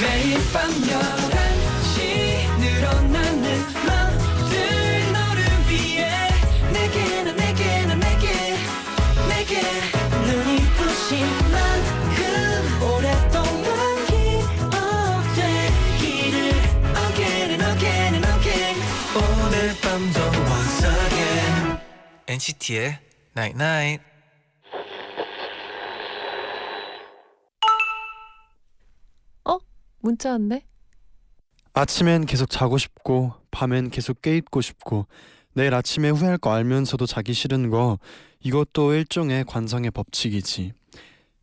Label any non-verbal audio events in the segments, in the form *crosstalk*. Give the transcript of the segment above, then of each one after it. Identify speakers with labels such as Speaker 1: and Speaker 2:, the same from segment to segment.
Speaker 1: 매일 밤 11시 늘어나는 맘들 너를 위해 내게 난 내게 난 내게 내게 눈이 부신 만큼 오랫동안 기억되기를 Again and again and again 오늘 밤도 once again
Speaker 2: NCT의 Night Night.
Speaker 3: 문자 왔네.
Speaker 4: 아침엔 계속 자고 싶고 밤엔 계속 깨 있고 싶고 내일 아침에 후회할 거 알면서도 자기 싫은 거 이것도 일종의 관성의 법칙이지.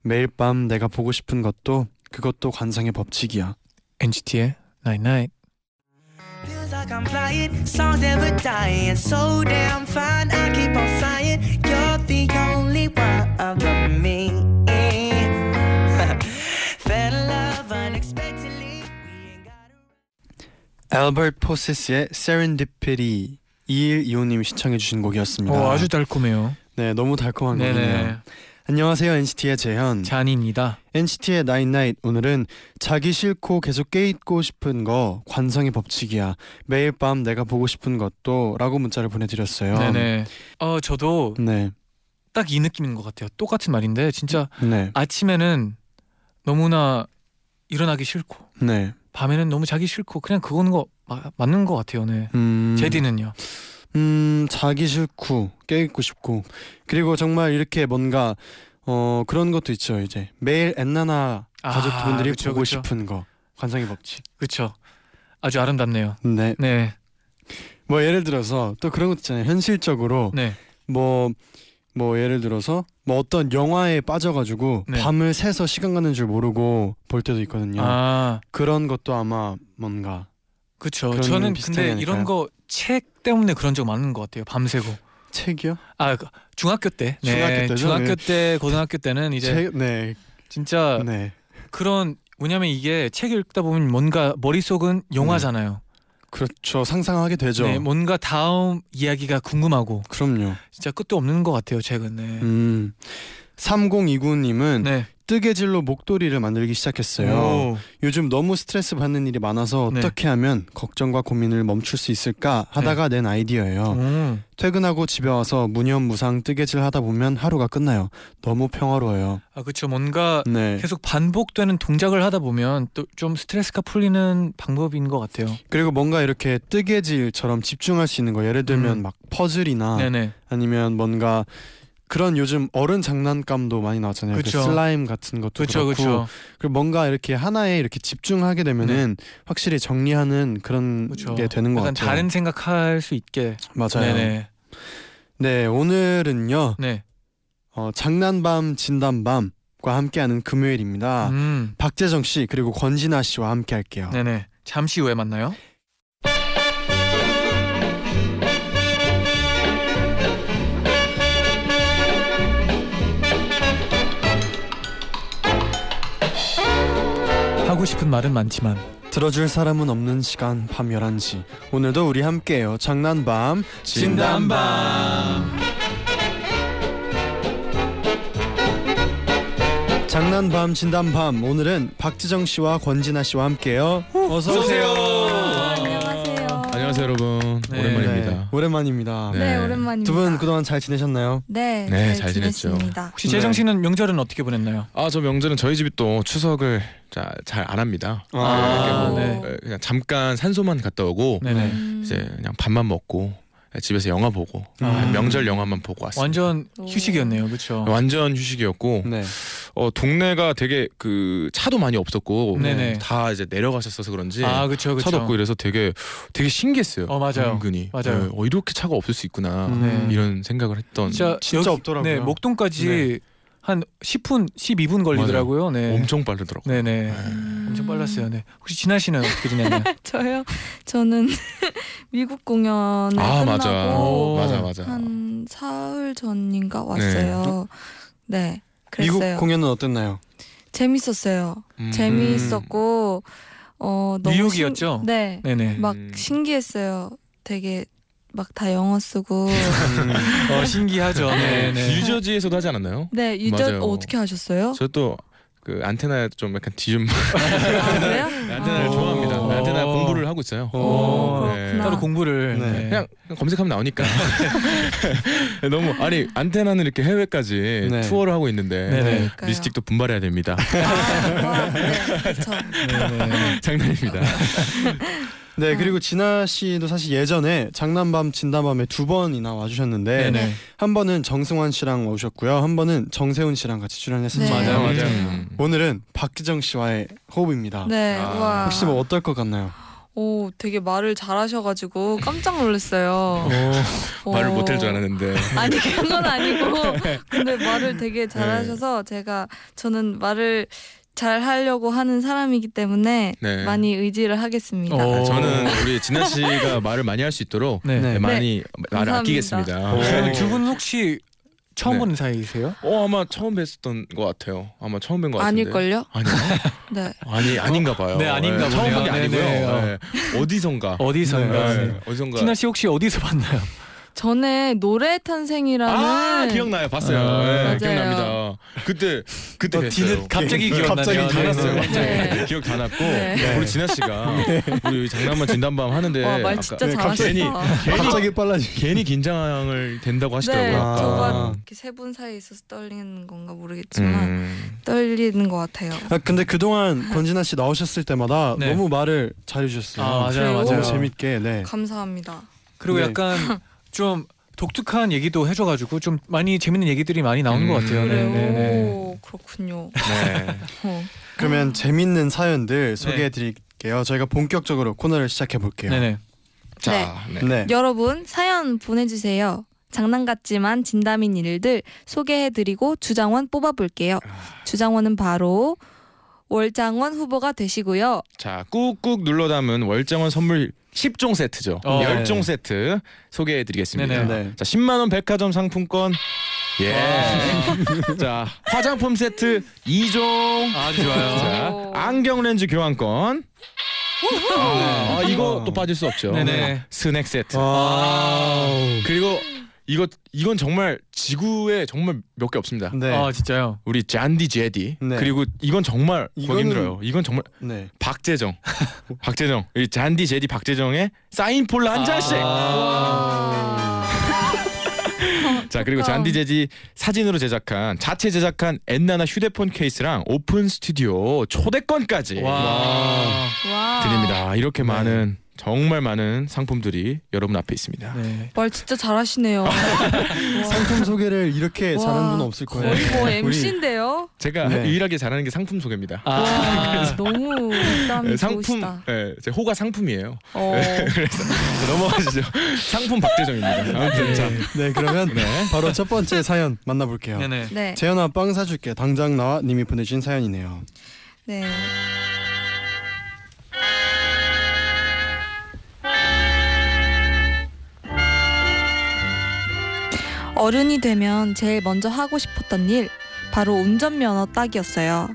Speaker 4: 매일 밤 내가 보고 싶은 것도 그것도 관성의 법칙이야.
Speaker 2: NCT의 Night Night.
Speaker 1: Feels like I'm flying, songs never dying. So damn fine, I keep on flying. You're the only one of me. *laughs* Fell in love unexpectedly. We ain't got a
Speaker 4: 엘버트 포세스의 Serendipity 2125님 시청해 주신 곡이었습니다.
Speaker 2: 어, 아주 달콤해요.
Speaker 4: 네, 너무 달콤한 곡이네요. 안녕하세요. NCT의 재현.
Speaker 2: 잔입니다.
Speaker 4: NCT의 나잇나잇 오늘은 자기 싫고 계속 깨있고 싶은 거 관성의 법칙이야 매일 밤 내가 보고 싶은 것도 라고 문자를 보내드렸어요
Speaker 2: 네네. 음. 어, 저도
Speaker 4: 네,
Speaker 2: 딱 이 느낌인 것 같아요. 똑같은 말인데 진짜
Speaker 4: 네,
Speaker 2: 아침에는 너무나 일어나기 싫고
Speaker 4: 네.
Speaker 2: 밤에는 너무 자기 싫고 그냥 그거는 거 마- 맞는 것 같아요. 네.
Speaker 4: 음,
Speaker 2: 제디는요.
Speaker 4: 음, 자기 싫고 깨있고 싶고 그리고 정말 이렇게 뭔가 어 그런 것도 있죠 이제 매일 엔나나
Speaker 2: 아,
Speaker 4: 가족분들이
Speaker 2: 그쵸,
Speaker 4: 보고
Speaker 2: 그쵸.
Speaker 4: 싶은 거 관성의 법칙
Speaker 2: 그렇죠. 아주 아름답네요.
Speaker 4: 네,
Speaker 2: 네.
Speaker 4: 뭐 예를 들어서 또 그런 것도 있잖아요 현실적으로
Speaker 2: 네.
Speaker 4: 뭐, 뭐 예를 들어서 뭐 어떤 영화에 빠져가지고
Speaker 2: 네.
Speaker 4: 밤을 새서 시간 가는 줄 모르고 볼 때도 있거든요.
Speaker 2: 아,
Speaker 4: 그런 것도 아마 뭔가
Speaker 2: 그렇죠.
Speaker 4: 그런
Speaker 2: 저는
Speaker 4: 비슷하게
Speaker 2: 근데
Speaker 4: 하니까요.
Speaker 2: 이런 거 책 때문에 그런 적 많은 것 같아요. 밤새고.
Speaker 4: 책이요?
Speaker 2: 아, 그 중학교 때.
Speaker 4: 중학교 때죠?
Speaker 2: 중학교
Speaker 4: 네.
Speaker 2: 때, 고등학교 때는 이제 아.
Speaker 4: 책? 네,
Speaker 2: 진짜
Speaker 4: 네,
Speaker 2: 그런 왜냐면 이게 책 읽다 보면 뭔가 머릿속은 영화잖아요.
Speaker 4: 네. 그렇죠. 상상하게 되죠.
Speaker 2: 네, 뭔가 다음 이야기가 궁금하고
Speaker 4: 그럼요.
Speaker 2: 진짜 끝도 없는 것 같아요, 책은. 네.
Speaker 4: 음, 3029님은
Speaker 2: 네.
Speaker 4: 뜨개질로 목도리를 만들기 시작했어요.
Speaker 2: 오.
Speaker 4: 요즘 너무 스트레스 받는 일이 많아서
Speaker 2: 네.
Speaker 4: 어떻게 하면 걱정과 고민을 멈출 수 있을까 하다가 낸 아이디어예요.
Speaker 2: 네. 음.
Speaker 4: 퇴근하고 집에 와서 무념무상 뜨개질 하다 보면 하루가 끝나요. 너무 평화로워요.
Speaker 2: 아, 그렇죠. 뭔가
Speaker 4: 네.
Speaker 2: 계속 반복되는 동작을 하다 보면 또 좀 스트레스가 풀리는 방법인 것 같아요.
Speaker 4: 그리고 뭔가 이렇게 뜨개질처럼 집중할 수 있는 거 예를 들면
Speaker 2: 음.
Speaker 4: 막 퍼즐이나
Speaker 2: 네네.
Speaker 4: 아니면 뭔가 그런 요즘 어른 장난감도 많이 나왔잖아요. 그
Speaker 2: 그쵸.
Speaker 4: 슬라임 같은 것도
Speaker 2: 그렇죠,
Speaker 4: 그렇고.
Speaker 2: 그렇죠.
Speaker 4: 그리고 뭔가 이렇게 하나에 이렇게 집중하게 되면은 확실히 정리하는 그런
Speaker 2: 네. 그쵸.
Speaker 4: 게 되는 것
Speaker 2: 약간
Speaker 4: 같아요.
Speaker 2: 다른 생각할 수 있게.
Speaker 4: 맞아요.
Speaker 2: 네네.
Speaker 4: 네 오늘은요
Speaker 2: 네.
Speaker 4: 어, 장난밤 진담밤과 함께하는 금요일입니다.
Speaker 2: 음.
Speaker 4: 박재정 씨 그리고 권진아 씨와 함께할게요.
Speaker 2: 네네. 잠시 후에 만나요. 하고 싶은 말은 많지만
Speaker 4: 들어줄 사람은 없는 시간 밤 11시 오늘도 우리 함께해요 장난밤
Speaker 2: 진담밤
Speaker 4: 장난밤 진담밤 오늘은 박지정 씨와 권진아 씨와 함께해요 어서
Speaker 5: 안녕하세요.
Speaker 6: 안녕하세요 여러분
Speaker 2: 네.
Speaker 4: 네,
Speaker 6: 오랜만입니다.
Speaker 4: 오랜만입니다
Speaker 5: 네,
Speaker 6: 네.
Speaker 5: 오랜만입니다.
Speaker 4: 두 분 그동안 잘 지내셨나요?
Speaker 5: 네,
Speaker 6: 네,
Speaker 5: 잘
Speaker 6: 잘 지냈죠.
Speaker 5: 지냈습니다.
Speaker 2: 혹시
Speaker 4: 네.
Speaker 2: 재정 씨는 명절은 어떻게 보냈나요?
Speaker 6: 아 저 명절은 저희 집이 또 추석을 잘 안 합니다.
Speaker 2: 아,
Speaker 6: 이렇게
Speaker 2: 네.
Speaker 6: 뭐, 에, 그냥 잠깐 산소만 갔다 오고
Speaker 2: 네네.
Speaker 5: 음,
Speaker 6: 이제 그냥 밥만 먹고 에, 집에서 영화 보고
Speaker 2: 아,
Speaker 4: 음.
Speaker 6: 에, 명절 영화만 보고 왔습니다.
Speaker 2: 완전
Speaker 5: 오.
Speaker 2: 휴식이었네요, 그렇죠?
Speaker 6: 완전 휴식이었고
Speaker 4: 네.
Speaker 6: 어, 동네가 되게 그 차도 많이 없었고
Speaker 2: 네네.
Speaker 6: 다 이제 내려가셨어서 그런지
Speaker 2: 아, 그렇죠, 그렇죠.
Speaker 6: 차도 없고 이래서 되게 되게 신기했어요.
Speaker 2: 어, 맞아요.
Speaker 6: 은근히
Speaker 2: 맞아요.
Speaker 6: 네, 어, 이렇게 차가 없을 수 있구나
Speaker 2: 네.
Speaker 6: 이런 생각을 했던
Speaker 2: 진짜,
Speaker 4: 진짜 없더라고요.
Speaker 2: 네, 목동까지 한 10분, 12분 걸리더라고요. 네.
Speaker 6: 엄청 빠르더라고. 요
Speaker 2: 네네.
Speaker 5: 음.
Speaker 2: 엄청 빨랐어요. 네. 혹시 진아 씨는 어떻게 지냈나요?
Speaker 5: *laughs* 저요. 저는 *laughs* 미국 공연을
Speaker 6: 아 맞아
Speaker 5: 끝나고
Speaker 6: 맞아 맞아
Speaker 5: 한 사흘 전인가 왔어요. 네.
Speaker 4: 미국
Speaker 5: 그랬어요.
Speaker 4: 공연은 어땠나요?
Speaker 5: 재밌었어요.
Speaker 6: 음.
Speaker 5: 재미있었고 어 너무
Speaker 2: 뉴욕이었죠?
Speaker 5: 신- 네.
Speaker 2: 네네.
Speaker 5: 막
Speaker 6: 음.
Speaker 5: 신기했어요. 되게 막 다 영어
Speaker 6: *laughs*
Speaker 5: 쓰고
Speaker 6: 음.
Speaker 2: 어, 신기하죠. 네네.
Speaker 6: 뉴저지에서도 하지 않았나요?
Speaker 5: 네, 유저
Speaker 6: 맞아요.
Speaker 5: 어, 어떻게 하셨어요?
Speaker 6: 저 또 그 안테나 좀 약간 뒤좀
Speaker 5: 아, 그래요?
Speaker 6: 안테나를 *laughs*
Speaker 5: 아.
Speaker 6: 좋아합니다.
Speaker 2: 오.
Speaker 6: 안테나 공부를 하고 있어요.
Speaker 2: 오,
Speaker 6: 네.
Speaker 5: 그렇구나.
Speaker 2: 따로 공부를
Speaker 4: 네.
Speaker 2: 네.
Speaker 6: 그냥 검색하면 나오니까 *laughs* 네, 너무 아니 안테나는 이렇게 해외까지
Speaker 4: 네.
Speaker 6: 투어를 하고 있는데
Speaker 2: 네.
Speaker 5: 그러니까요.
Speaker 6: 미스틱도 분발해야 됩니다.
Speaker 5: 아, 아, 네, 그렇죠.
Speaker 2: 네네.
Speaker 6: 장난입니다.
Speaker 4: 네,
Speaker 5: 어.
Speaker 4: 그리고 진아 씨도 사실 예전에 장난밤 진담밤에 두 번이나 와주셨는데
Speaker 2: 네네.
Speaker 4: 한 번은 정승환 씨랑 오셨고요, 한 번은 정세훈 씨랑 같이 출연했었죠.
Speaker 5: 네.
Speaker 2: 맞아요, 맞아요.
Speaker 6: 음.
Speaker 4: 오늘은 박기정 씨와의 호흡입니다.
Speaker 5: 네,
Speaker 6: 아.
Speaker 5: 와.
Speaker 4: 혹시 뭐 어떨 것 같나요?
Speaker 5: 오, 되게 말을 잘하셔가지고 깜짝 놀랐어요.
Speaker 2: 오,
Speaker 6: *laughs*
Speaker 2: 네.
Speaker 6: 말을
Speaker 5: 오.
Speaker 6: 못할 줄 알았는데
Speaker 5: 아니 그런 건 아니고
Speaker 6: *laughs*
Speaker 5: 근데 말을 되게 잘하셔서
Speaker 6: 네.
Speaker 5: 제가 저는 말을 잘 하려고 하는 사람이기 때문에
Speaker 6: 네. 어, 아,
Speaker 5: 많이 의지를 하겠습니다.
Speaker 2: 오.
Speaker 6: 저는 우리 진아 씨가 말을 많이 할 수 있도록
Speaker 2: 네. 어.
Speaker 4: 네.
Speaker 6: 네, 많이 말을
Speaker 5: 감사합니다.
Speaker 6: 아끼겠습니다.
Speaker 4: 오.
Speaker 2: 두분 혹시 처음
Speaker 6: 네.
Speaker 2: 보는 사이이세요?
Speaker 6: 어 아마 처음 뵀었던 것 같아요. 아마 처음 뵌것 같은데.
Speaker 5: 아닐걸요?
Speaker 6: 아니요.
Speaker 5: 네.
Speaker 6: 아니 아닌가 봐요.
Speaker 2: 네, 아닌가
Speaker 6: 예, 처음
Speaker 2: 보네요.
Speaker 6: 본 게 아니고요.
Speaker 2: 네, 네.
Speaker 6: 예, 어디선가.
Speaker 2: 어디선가.
Speaker 6: 예,
Speaker 2: 네.
Speaker 6: 어디선가.
Speaker 2: 진아 씨 혹시 어디서 봤나요?
Speaker 5: 전에 노래 탄생이라는
Speaker 6: 아 기억나요. 봤어요.
Speaker 2: 아,
Speaker 6: 예,
Speaker 5: 맞아요.
Speaker 6: 기억납니다. 그때 그때
Speaker 4: 어,
Speaker 6: 뵀어요.
Speaker 4: 뒤늦게
Speaker 2: 갑자기
Speaker 4: 갑자기
Speaker 2: 기억나네요.
Speaker 4: 다
Speaker 2: 네,
Speaker 4: 났어요.
Speaker 2: 네.
Speaker 6: 갑자기.
Speaker 5: 네.
Speaker 6: 기억 다 났고
Speaker 5: 네.
Speaker 6: 우리 진아 씨가 우리 장난만 진단밤 하는데
Speaker 5: 와, 말
Speaker 6: 아까
Speaker 5: 진짜
Speaker 4: 네,
Speaker 5: 잘하시다.
Speaker 6: *laughs* 괜히-
Speaker 4: 갑자기 빨라지.
Speaker 6: 괜히 긴장을 된다고 하시더라고요.
Speaker 5: 네,
Speaker 6: 아까.
Speaker 5: 저가 이렇게 세 분 사이에 있어서 떨리는 건가 모르겠지만
Speaker 6: 음.
Speaker 5: 떨리는 것 같아요.
Speaker 4: 아 근데 그동안 권진아 씨 나오셨을 때마다
Speaker 2: 네.
Speaker 4: 너무 말을 잘해주셨어요.
Speaker 5: 맞아요, 맞아요.
Speaker 4: 너무 재밌게 네.
Speaker 5: 감사합니다.
Speaker 2: 그리고
Speaker 4: 네.
Speaker 2: 약간 좀 독특한 얘기도 해줘가지고 좀 많이 재밌는 얘기들이 많이 나오는
Speaker 6: 음.
Speaker 2: 것 같아요.
Speaker 5: 그래요.
Speaker 2: 네, 네,
Speaker 5: 오, 그렇군요.
Speaker 6: 네.
Speaker 5: 어.
Speaker 4: 그러면 재밌는 사연들 소개해드릴게요. 저희가 본격적으로 코너를 시작해볼게요.
Speaker 2: 네. 네네.
Speaker 6: 자, 네.
Speaker 4: 네.
Speaker 5: *laughs* 여러분 사연 보내주세요. 장난 같지만 진담인 일들 소개해드리고 주장원 뽑아볼게요. 주장원은 바로 월장원 후보가 되시고요.
Speaker 6: 자, 꾹꾹 눌러 담은 월정원 선물 10종 세트죠.
Speaker 2: 어.
Speaker 6: 열 10종 세트 소개해 드리겠습니다.
Speaker 2: 네네.
Speaker 4: 네.
Speaker 6: 자, 10만 원 백화점 상품권. 예. *laughs* 자, 화장품 세트 2종.
Speaker 2: 아주 좋아요.
Speaker 6: 자,
Speaker 5: 오.
Speaker 6: 안경 렌즈 교환권. 아, 아, 이거 또 빠질 수 없죠. 어.
Speaker 2: 네네.
Speaker 6: 스낵 세트.
Speaker 4: 와우.
Speaker 6: 그리고 이거 이건 정말 지구에 정말 몇 개 없습니다.
Speaker 4: 네.
Speaker 2: 아 진짜요.
Speaker 6: 우리 잔디 제디.
Speaker 4: 네.
Speaker 6: 그리고 이건 정말
Speaker 4: 이거는-
Speaker 6: 보기 힘들어요. 이건 정말
Speaker 4: 네.
Speaker 6: *laughs* 박재정, 박재정, 이 잔디 제디 박재정의 사인 폴라 한 장씩. 아.
Speaker 5: 아,
Speaker 6: 자 그리고
Speaker 5: 그러니까.
Speaker 6: 잔디 제디 사진으로 제작한 자체 제작한 엔나나 휴대폰 케이스랑 오픈 스튜디오 초대권까지
Speaker 2: 와.
Speaker 5: 와.
Speaker 6: 드립니다.
Speaker 5: 아.
Speaker 6: 이렇게 많은 정말 많은 상품들이 여러분 앞에 있습니다.
Speaker 2: 네.
Speaker 5: 말 진짜 잘하시네요. 와,
Speaker 4: 상품 소개를 이렇게
Speaker 5: 와,
Speaker 4: 잘하는 분은 없을 거예요.
Speaker 5: 거의 뭐
Speaker 4: *laughs* 우리-
Speaker 5: MC인데요.
Speaker 6: 제가
Speaker 4: 네.
Speaker 6: 유일하게 잘하는 게 상품 소개입니다.
Speaker 2: 아.
Speaker 5: *laughs* 와, 너무
Speaker 6: 예,
Speaker 5: 땀이
Speaker 6: 상품,
Speaker 5: 아, 좋으시다.
Speaker 6: 예, 제 호가 상품이에요.
Speaker 5: 어,
Speaker 6: 넘어가시죠. *laughs* 상품 박재정입니다. 아무튼 자,
Speaker 4: *laughs* 네, 그러면
Speaker 6: 네.
Speaker 4: 바로 첫 번째 사연 만나볼게요.
Speaker 2: 네네.
Speaker 5: 네.
Speaker 4: 재현아 빵 사줄게. 당장 나와 님이 보내주신 사연이네요.
Speaker 5: 네. 어른이 되면 제일 먼저 하고 싶었던 일 바로 운전면허 따기였어요.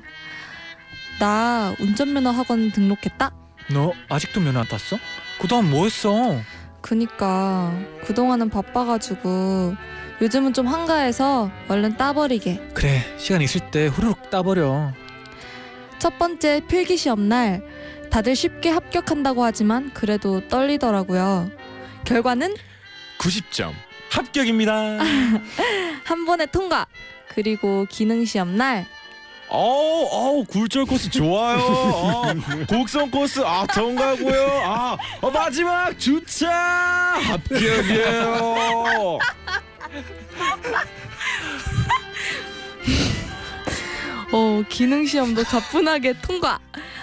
Speaker 5: 나 운전면허 학원 등록했다.
Speaker 2: 너 아직도 면허 안 땄어? 그동안 뭐했어?
Speaker 5: 그니까 그동안은 바빠가지고 요즘은 좀 한가해서 얼른 따버리게.
Speaker 2: 그래 시간 있을 때 후루룩 따버려.
Speaker 5: 첫 번째 필기 시험 날 다들 쉽게 합격한다고 하지만 그래도 떨리더라고요. 결과는
Speaker 6: 90점 합격입니다.
Speaker 5: 한 번에 통과. 그리고 기능 시험 날
Speaker 6: 어우 어우 굴절 코스 좋아요. 어, 곡성 코스 아 정가고요. 아 어, 마지막 주차 합격이에요.
Speaker 5: 어, 기능 시험도 가뿐하게 통과.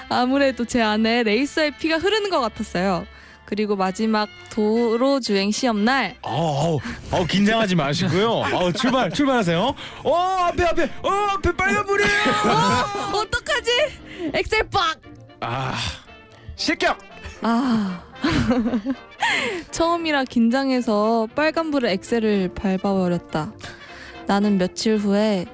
Speaker 5: 아무래도 제 안에 레이서의 피가 흐르는 것 같았어요. 그리고 마지막 도로 주행 시험 날
Speaker 6: 아우 아우 긴장하지 마시고요. 아우 출발 출발하세요. 어 앞에 앞에 어 앞에 빨간 불이에요.
Speaker 5: 어떡하지? 엑셀 빡!
Speaker 6: 아 실격.
Speaker 5: 아. *laughs* 처음이라 긴장해서 빨간불에 엑셀을 밟아버렸다. 나는 며칠 후에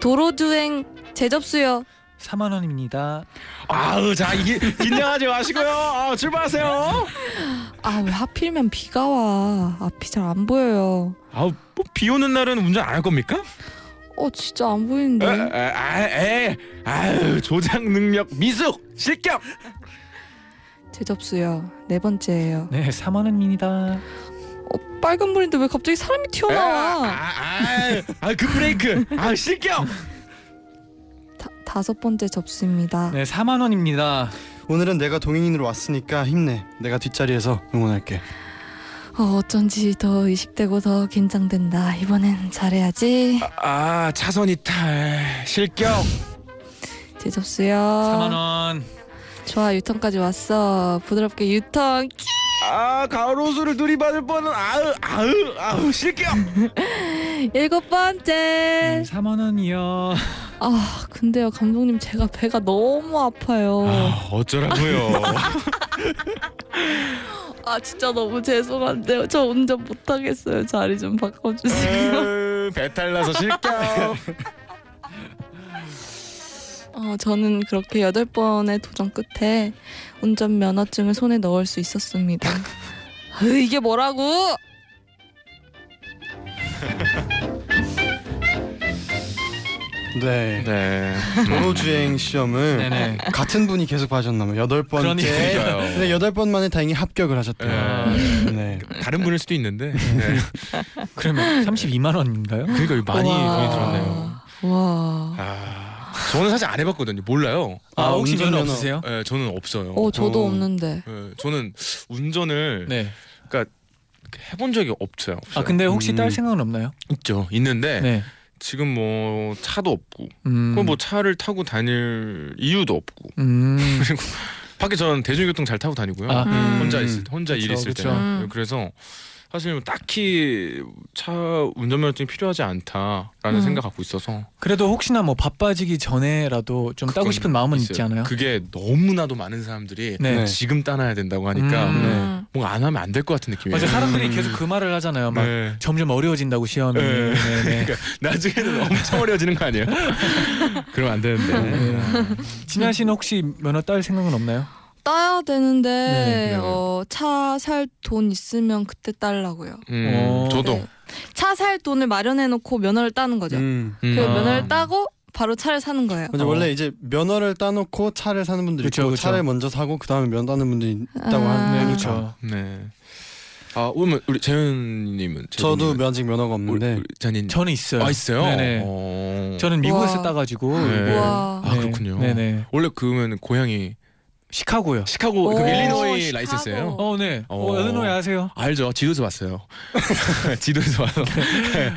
Speaker 5: 도로주행 재접수요.
Speaker 2: 4만 원입니다.
Speaker 6: 아우 자 이게 긴장하지 마시고요. 아 출발하세요.
Speaker 5: 아, 왜 하필이면 비가 와. 앞이 잘 안 보여요.
Speaker 6: 뭐 아우 뭐비 오는 날은 운전 안 할 겁니까?
Speaker 5: 어 진짜 안 보이는데.
Speaker 6: 아에 아유 조작 능력 미숙 실격
Speaker 5: 제접수요. 네 번째예요.
Speaker 2: 네, 4만 원입니다. 네.
Speaker 5: 어, 빨간 불인데 왜 갑자기 사람이
Speaker 2: 아.
Speaker 5: 튀어나와?
Speaker 6: 예? 아, 아아아그 브레이크 아 실격
Speaker 5: 다, 다섯 번째 접수입니다.
Speaker 2: 네, 4만 원입니다.
Speaker 4: 오늘은 내가 동행인으로 왔으니까 힘내. 내가 뒷자리에서 응원할게.
Speaker 5: 어, 어쩐지 더 의식되고 더 긴장된다. 이번엔 잘해야지.
Speaker 6: 아 차선 이탈 실격
Speaker 5: 제접수요.
Speaker 2: 4만 원.
Speaker 5: 좋아 유턴까지 왔어. 부드럽게 유턴.
Speaker 6: 아 가로수를 들이받을 뻔한 아으 아으 아으 실격
Speaker 5: 일곱
Speaker 2: 음,
Speaker 5: 번째.
Speaker 2: 4만 원이요.
Speaker 5: 아 근데요 감독님 제가 배가 너무 아파요.
Speaker 6: 아 어쩌라고요
Speaker 5: 아 진짜 너무 죄송한데요. 저 운전 못하겠어요. 자리 좀 바꿔주세요.
Speaker 6: 에이, 배탈 나서 실격
Speaker 5: 어, 저는 그렇게 여덟 번의 도전 끝에 운전 면허증을 손에 넣을 수 있었습니다. 으, 이게 뭐라고?
Speaker 4: 네.
Speaker 6: *laughs* 네
Speaker 4: 도로주행 시험을
Speaker 2: 네네.
Speaker 4: 같은 분이 계속 봐셨나봐요. 여덟 번째.
Speaker 2: 그러니까요.
Speaker 4: 근데 여덟 번 만에 다행히 합격을 하셨대요. 네.
Speaker 6: 다른 분일 수도 있는데 네.
Speaker 2: 그러면 32만 원인가요?
Speaker 6: 그러니까 많이
Speaker 5: 우와.
Speaker 6: 돈이 들었네요
Speaker 5: 와.
Speaker 6: 아 저는 사실 안 해봤거든요 몰라요
Speaker 2: 아, 혹시
Speaker 4: 운전면허.
Speaker 2: 면허 없으세요?
Speaker 6: 예, 저는 없어요
Speaker 5: 어 저도
Speaker 4: 어.
Speaker 5: 없는데.
Speaker 6: 예, 저는 운전을
Speaker 2: 네.
Speaker 6: 해본 적이 없어요.
Speaker 2: 아 근데 혹시
Speaker 4: 음.
Speaker 2: 딸 생각은 없나요?
Speaker 6: 있죠. 있는데
Speaker 2: 네.
Speaker 6: 지금 뭐 차도 없고
Speaker 2: 음.
Speaker 6: 그럼 뭐 차를 타고 다닐 이유도 없고
Speaker 2: 음.
Speaker 6: 밖에 저는 대중교통 잘 타고 다니고요.
Speaker 2: 아,
Speaker 5: 음.
Speaker 6: 혼자 있을 때, 혼자 일
Speaker 2: 그쵸,
Speaker 6: 있을 때.
Speaker 2: 그쵸.
Speaker 5: 음.
Speaker 6: 그래서 사실 뭐 딱히 차 운전면허증이 필요하지 않다라는
Speaker 5: 음.
Speaker 6: 생각 갖고 있어서
Speaker 2: 그래도 혹시나 뭐 바빠지기 전에라도 좀 따고
Speaker 6: 그건
Speaker 2: 싶은 마음은 있지
Speaker 6: 있어요.
Speaker 2: 않아요?
Speaker 6: 그게 너무나도 많은 사람들이
Speaker 2: 네.
Speaker 4: 네.
Speaker 6: 지금 따놔야 된다고 하니까
Speaker 2: 음.
Speaker 5: 음.
Speaker 6: 뭔가 안 하면 안 될 것 같은 느낌이에요.
Speaker 2: 맞아 사람들이
Speaker 4: 음.
Speaker 2: 계속 그 말을 하잖아요. 막
Speaker 6: 네.
Speaker 2: 점점 어려워진다고 시험이. 네.
Speaker 6: 네.
Speaker 2: 네.
Speaker 6: *laughs* 그러니까 나중에는 엄청 어려워지는 거
Speaker 2: *laughs*
Speaker 6: 아니에요? 그러면 안 되는데.
Speaker 2: 네. 진아 씨는 혹시 면허 딸 생각은 없나요?
Speaker 5: 따야 되는데
Speaker 2: 네,
Speaker 6: 네.
Speaker 5: 어, 차 살 돈 있으면 그때 따려고요.
Speaker 6: 음,
Speaker 2: 어.
Speaker 6: 저도
Speaker 5: 네. 차 살 돈을 마련해 놓고 면허를 따는 거죠.
Speaker 4: 음.
Speaker 6: 음.
Speaker 5: 그
Speaker 2: 아.
Speaker 5: 면허를 따고 바로 차를 사는 거예요.
Speaker 4: 근데
Speaker 2: 어.
Speaker 4: 원래 이제 면허를 따놓고 차를 사는 분들이
Speaker 2: 그쵸,
Speaker 4: 있고
Speaker 2: 그쵸.
Speaker 4: 차를 먼저 사고 그 다음에 면 따는 분들이 있다고
Speaker 5: 아.
Speaker 4: 하는데
Speaker 5: 네,
Speaker 2: 그렇죠.
Speaker 6: 네. 아, 그러면 우리 재현님은
Speaker 4: 저도 면직 면허가 없는데
Speaker 6: 재현님
Speaker 2: 저는 있어요.
Speaker 6: 아 있어요.
Speaker 2: 네네.
Speaker 6: 어.
Speaker 2: 저는 미국에서
Speaker 5: 우와.
Speaker 2: 따가지고
Speaker 6: 네.
Speaker 5: 우와.
Speaker 6: 아, 그렇군요.
Speaker 2: 네네.
Speaker 6: 원래 그러면 고향이
Speaker 2: 시카고요.
Speaker 6: 시카고 그
Speaker 5: 오,
Speaker 6: 일리노이
Speaker 5: 시카고.
Speaker 6: 라이센스예요.
Speaker 2: 어, 네.
Speaker 6: 어.
Speaker 2: 어, 엘리노이 아세요?
Speaker 6: 알죠. 지도에서 *laughs* 봤어요. 지도에서 봐서.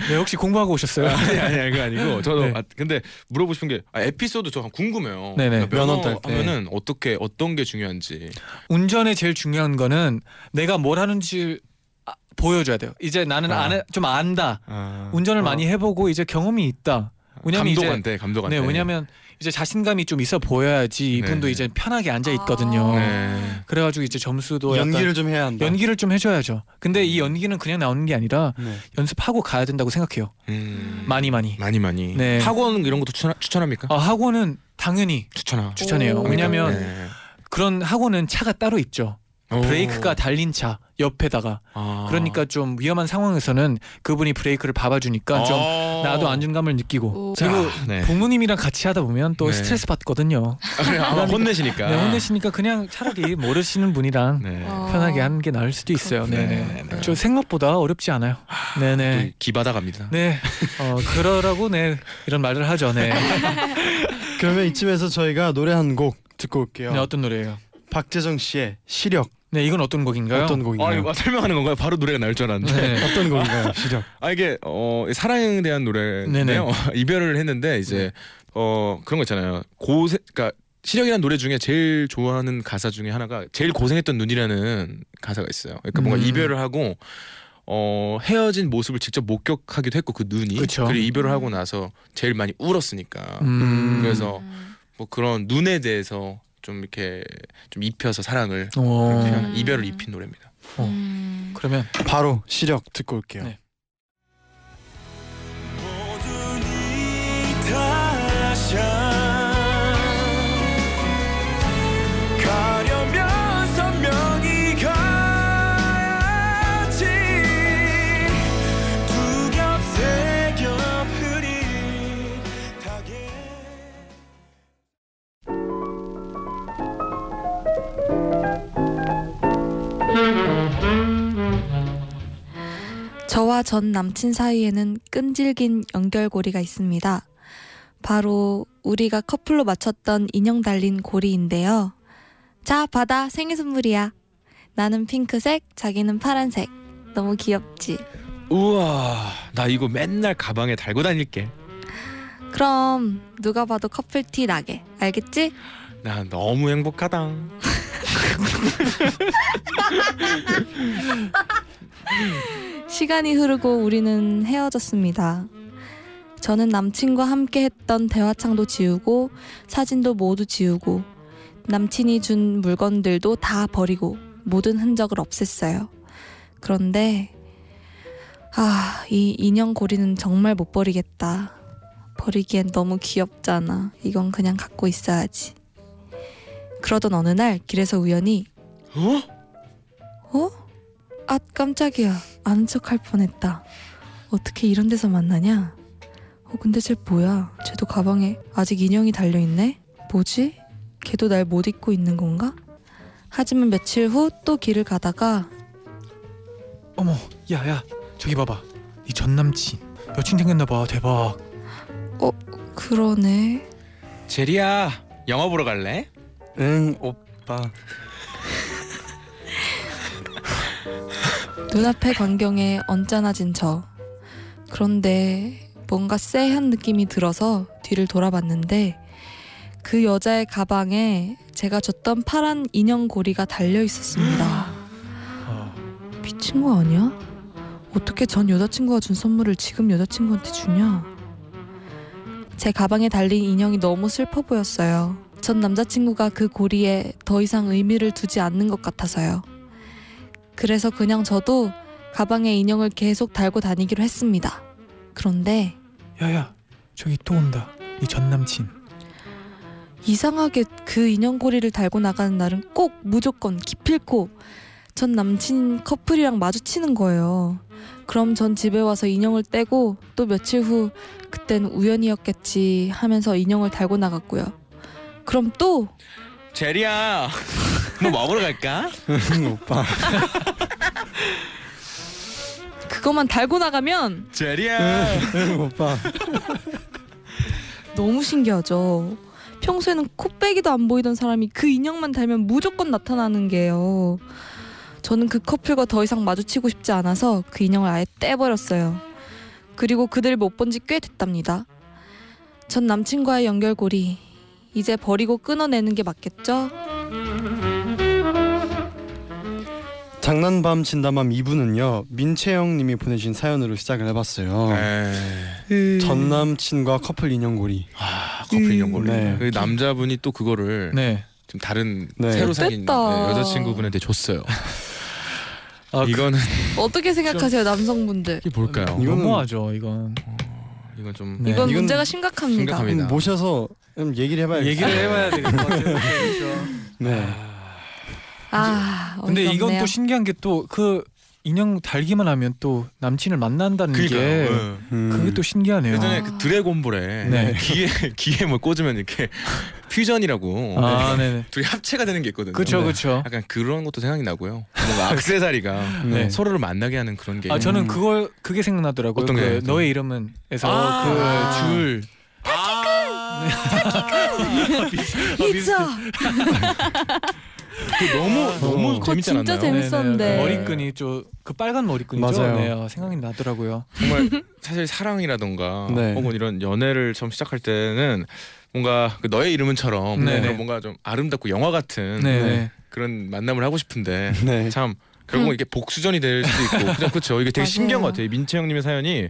Speaker 2: 네, 혹시 공부하고 오셨어요?
Speaker 6: *laughs* 아니 아니 아니, 그거 아니고 저도
Speaker 2: 네.
Speaker 6: 아, 근데 물어보고 싶은 게 아, 에피소드 저 궁금해요. 그러니까
Speaker 2: 네네.
Speaker 6: 면허
Speaker 4: 면허 딸 때.
Speaker 6: 하면은 어떻게 어떤 게 중요한지.
Speaker 2: 운전에 제일 중요한 거는 내가 뭘 하는지 아, 보여줘야 돼요. 이제 나는
Speaker 6: 아.
Speaker 2: 안 해- 좀 안다.
Speaker 6: 아.
Speaker 2: 운전을
Speaker 4: 어.
Speaker 2: 많이 해보고 이제 경험이 있다. 왜냐면 이제-
Speaker 6: 감독한테 감독한테.
Speaker 2: 네, 왜냐면 이제 자신감이 좀 있어 보여야지 이분도
Speaker 6: 네.
Speaker 2: 이제 편하게 앉아 있거든요.
Speaker 5: 아.
Speaker 6: 네.
Speaker 2: 그래가지고 이제 점수도
Speaker 4: 연기를 좀 해야 한다.
Speaker 2: 약간 연기를 좀 해줘야죠. 근데 이
Speaker 6: 음.
Speaker 2: 연기는 그냥 나오는 게 아니라
Speaker 4: 네.
Speaker 2: 연습하고 가야 된다고 생각해요.
Speaker 6: 음.
Speaker 2: 많이 많이.
Speaker 6: 많이 많이.
Speaker 2: 네.
Speaker 6: 학원 이런 것도 추천 추천합니까?
Speaker 2: 아, 학원은 당연히
Speaker 6: 추천하.
Speaker 2: 추천해요.
Speaker 5: 오.
Speaker 2: 왜냐면
Speaker 6: 네.
Speaker 2: 그런 학원은 차가 따로 있죠.
Speaker 6: 오.
Speaker 2: 브레이크가 달린 차 옆에다가
Speaker 6: 아.
Speaker 2: 그러니까 좀 위험한 상황에서는 그분이 브레이크를 밟아주니까 좀
Speaker 6: 아.
Speaker 2: 나도 안정감을 느끼고
Speaker 5: 오.
Speaker 6: 자,
Speaker 2: 그리고
Speaker 6: 네.
Speaker 2: 부모님이랑 같이 하다 보면 또
Speaker 6: 네.
Speaker 2: 스트레스 받거든요.
Speaker 6: 아, 그래요? 아, 혼내시니까.
Speaker 2: 네, 혼내시니까 그냥
Speaker 6: *laughs*
Speaker 2: 차라리 모르시는 분이랑
Speaker 6: 네.
Speaker 5: 어.
Speaker 2: 편하게 하는 게 나을 수도 있어요.
Speaker 6: 그렇군요.
Speaker 2: 네네.
Speaker 6: 네.
Speaker 2: 저 생각보다 어렵지 않아요. 네네.
Speaker 6: 또 기바다 갑니다.
Speaker 2: 네. 어, 그러라고 네 이런 말을 하죠.
Speaker 6: *laughs*
Speaker 2: 네.
Speaker 4: 그러면 이쯤에서 저희가 노래 한 곡 듣고 올게요.
Speaker 2: 네 어떤 노래예요?
Speaker 4: 박재정 씨의 시력
Speaker 2: 네 이건 어떤 곡인가요?
Speaker 4: 어떤
Speaker 6: 아,
Speaker 4: 곡인가요?
Speaker 6: 이거 설명하는 건가요? 바로 노래가 나올 줄 알았는데.
Speaker 2: 네.
Speaker 4: 어떤 곡인가요? 시력.
Speaker 6: 아 이게 어 사랑에 대한 노래인데요.
Speaker 2: 네네.
Speaker 6: *laughs*
Speaker 2: 네.
Speaker 6: 이별을 했는데 이제 어 그런 거 있잖아요. 고세 그러니까 시력이라는 노래 중에 제일 좋아하는 가사 중에 하나가 제일 고생했던 눈이라는 가사가 있어요. 그러니까 뭔가
Speaker 2: 음.
Speaker 6: 이별을 하고 어 헤어진 모습을 직접 목격하기도 했고 그 눈이
Speaker 2: 그쵸.
Speaker 6: 그리고 이별을 하고 나서 제일 많이 울었으니까
Speaker 2: 음.
Speaker 6: 그래서 뭐 그런 눈에 대해서 좀 이렇게 좀 입혀서 사랑을
Speaker 2: 어.
Speaker 6: 그렇게 하는 이별을 입힌 노래입니다.
Speaker 2: 어.
Speaker 5: 음.
Speaker 2: 그러면
Speaker 4: 바로 시력 듣고 올게요.
Speaker 2: 네.
Speaker 1: 가려면 선명히 가야지 두 겹 세 겹 흐린
Speaker 5: 저와 전 남친 사이에는 끈질긴 연결고리가 있습니다. 바로 우리가 커플로 맞췄던 인형 달린 고리인데요. 자, 받아. 생일 선물이야. 나는 핑크색, 자기는 파란색. 너무 귀엽지?
Speaker 6: 우와 나 이거 맨날 가방에 달고 다닐게
Speaker 5: 그럼 누가 봐도 커플티 나게. 알겠지?
Speaker 6: 나 너무 행복하다
Speaker 5: 시간이 흐르고 우리는 헤어졌습니다. 저는 남친과 함께 했던 대화창도 지우고 사진도 모두 지우고 남친이 준 물건들도 다 버리고 모든 흔적을 없앴어요. 그런데 아, 이 인형 고리는 정말 못 버리겠다. 버리기엔 너무 귀엽잖아. 이건 그냥 갖고 있어야지. 그러던 어느 날 길에서 우연히
Speaker 6: 어?
Speaker 5: 어? 아 깜짝이야 아는 척할 뻔했다 어떻게 이런 데서 만나냐 어 근데 쟤 뭐야 쟤도 가방에 아직 인형이 달려있네 뭐지 걔도 날 못 잊고 있는 건가 하지만 며칠 후 또 길을 가다가
Speaker 2: 어머, 야, 야, 저기 봐봐. 네 전 남친 여친 생겼나 봐. 대박.
Speaker 5: 그러네
Speaker 6: 제리야 영화 보러 갈래?
Speaker 4: 응 오빠
Speaker 5: 눈앞의 광경에 언짢아진 저 그런데 뭔가 쎄한 느낌이 들어서 뒤를 돌아봤는데 그 여자의 가방에 제가 줬던 파란 인형 고리가 달려 있었습니다.
Speaker 2: 어.
Speaker 5: 미친 거 아니야? 어떻게 전 여자친구가 준 선물을 지금 여자친구한테 주냐? 제 가방에 달린 인형이 너무 슬퍼 보였어요. 전 남자친구가 그 고리에 더 이상 의미를 두지 않는 것 같아서요. 그래서 그냥 저도 가방에 인형을 계속 달고 다니기로 했습니다. 그런데
Speaker 2: 야, 야, 저기 또 온다. 네 전 남친.
Speaker 5: 이상하게 그 인형고리를 달고 나가는 날은 꼭 무조건 기필코 전 남친 커플이랑 마주치는 거예요. 그럼 전 집에 와서 인형을 떼고 또 며칠 후 그땐 우연이었겠지 하면서 인형을 달고 나갔고요. 그럼 또
Speaker 6: *laughs* 제리야 뭐 먹으러 갈까?
Speaker 4: 응 오빠
Speaker 5: 그것만 달고 나가면
Speaker 6: 제리야
Speaker 4: 응 오빠
Speaker 5: 너무 신기하죠. 평소에는 코빼기도 안 보이던 사람이 그 인형만 달면 무조건 나타나는 게요. 저는 그 커플과 더 이상 마주치고 싶지 않아서 그 인형을 아예 떼버렸어요. 그리고 그들을 못 본 지 꽤 됐답니다. 전 남친과의 연결고리 이제 버리고 끊어내는 게 맞겠죠?
Speaker 4: 장난밤 진담함 2부는요 민채영님이 보내주신 사연으로 시작을 해봤어요
Speaker 6: 에이,
Speaker 4: 전 남친과 커플 인형고리
Speaker 6: 네. 아 커플 인형 걸리
Speaker 4: 네.
Speaker 6: 그 남자분이 또 그거를
Speaker 2: 네.
Speaker 6: 좀 다른
Speaker 4: 네.
Speaker 6: 새로 사귄 네,
Speaker 5: 됐다.
Speaker 6: 여자친구분한테 줬어요
Speaker 2: 아,
Speaker 6: 이거는
Speaker 5: 어떻게 생각하세요,
Speaker 6: 그렇죠.
Speaker 5: 남성분들?
Speaker 6: 그 이게 뭘까요?
Speaker 4: 이거는-
Speaker 2: 너무하죠. 이건
Speaker 6: 이건 좀
Speaker 2: 네.
Speaker 5: 이건
Speaker 4: 이건
Speaker 5: 문제가 심각합니다.
Speaker 6: 심각합니다.
Speaker 4: 음, 모셔서 좀 얘기를 해봐야겠어요
Speaker 2: 얘기를 해봐야 되겠 것 같아요.
Speaker 4: 네
Speaker 5: 아,
Speaker 2: *laughs* 근데
Speaker 5: 어이가
Speaker 2: 이건
Speaker 5: 없네요.
Speaker 2: 또 신기한 게 또 그 인형 달기만 하면 또 남친을 만난다는 게
Speaker 6: 그러니까요. 예.
Speaker 4: 음.
Speaker 2: 그게 또 신기하네요.
Speaker 6: 예전에 그 드래곤볼에
Speaker 2: 아. 네.
Speaker 6: *laughs* 귀에 귀에 뭘 꽂으면 이렇게 퓨전이라고
Speaker 2: 아, 네네.
Speaker 6: 둘이 합체가 되는 게 있거든요.
Speaker 2: 그렇죠,
Speaker 6: 네.
Speaker 2: 그렇죠.
Speaker 6: 약간 그런 것도 생각이 나고요.
Speaker 2: *laughs*
Speaker 6: 뭔가 악세사리가
Speaker 2: 네.
Speaker 6: 서로를 만나게 하는 그런 게.
Speaker 2: 아 저는
Speaker 4: 음.
Speaker 2: 그걸 그게 생각나더라고요.
Speaker 6: 어떤
Speaker 2: 그
Speaker 6: 거예요?
Speaker 2: 너의 이름은에서
Speaker 6: 아.
Speaker 2: 그 줄.
Speaker 5: 이자
Speaker 6: 그 너무
Speaker 2: 아. 어,
Speaker 6: 너무
Speaker 4: 그거
Speaker 6: 재밌지
Speaker 5: 진짜
Speaker 6: 않았나요?
Speaker 5: 재밌-
Speaker 2: 네.
Speaker 5: 재밌었는데.
Speaker 2: 머리끈이 좀그 빨간 머리끈이죠.
Speaker 4: 맞아요.
Speaker 2: 네, 아, 생각이 나더라고요.
Speaker 6: 정말 사실 사랑이라던가
Speaker 4: 네.
Speaker 6: 혹은 이런 연애를 처음 시작할 때는 뭔가 그 너의 이름은처럼
Speaker 2: 네.
Speaker 6: 그런 뭔가 좀 아름답고 영화 같은
Speaker 2: 네,
Speaker 4: 네.
Speaker 2: 네.
Speaker 6: 그런 만남을
Speaker 2: *laughs*
Speaker 6: 하고 싶은데
Speaker 4: *laughs* 네.
Speaker 6: 참 결국
Speaker 5: 음.
Speaker 6: 은 이게 복수전이 될 수도 있고 그냥 그렇죠. 이게 되게
Speaker 5: 맞아요.
Speaker 6: 신기한 것 같아요. 민채 형님의 사연이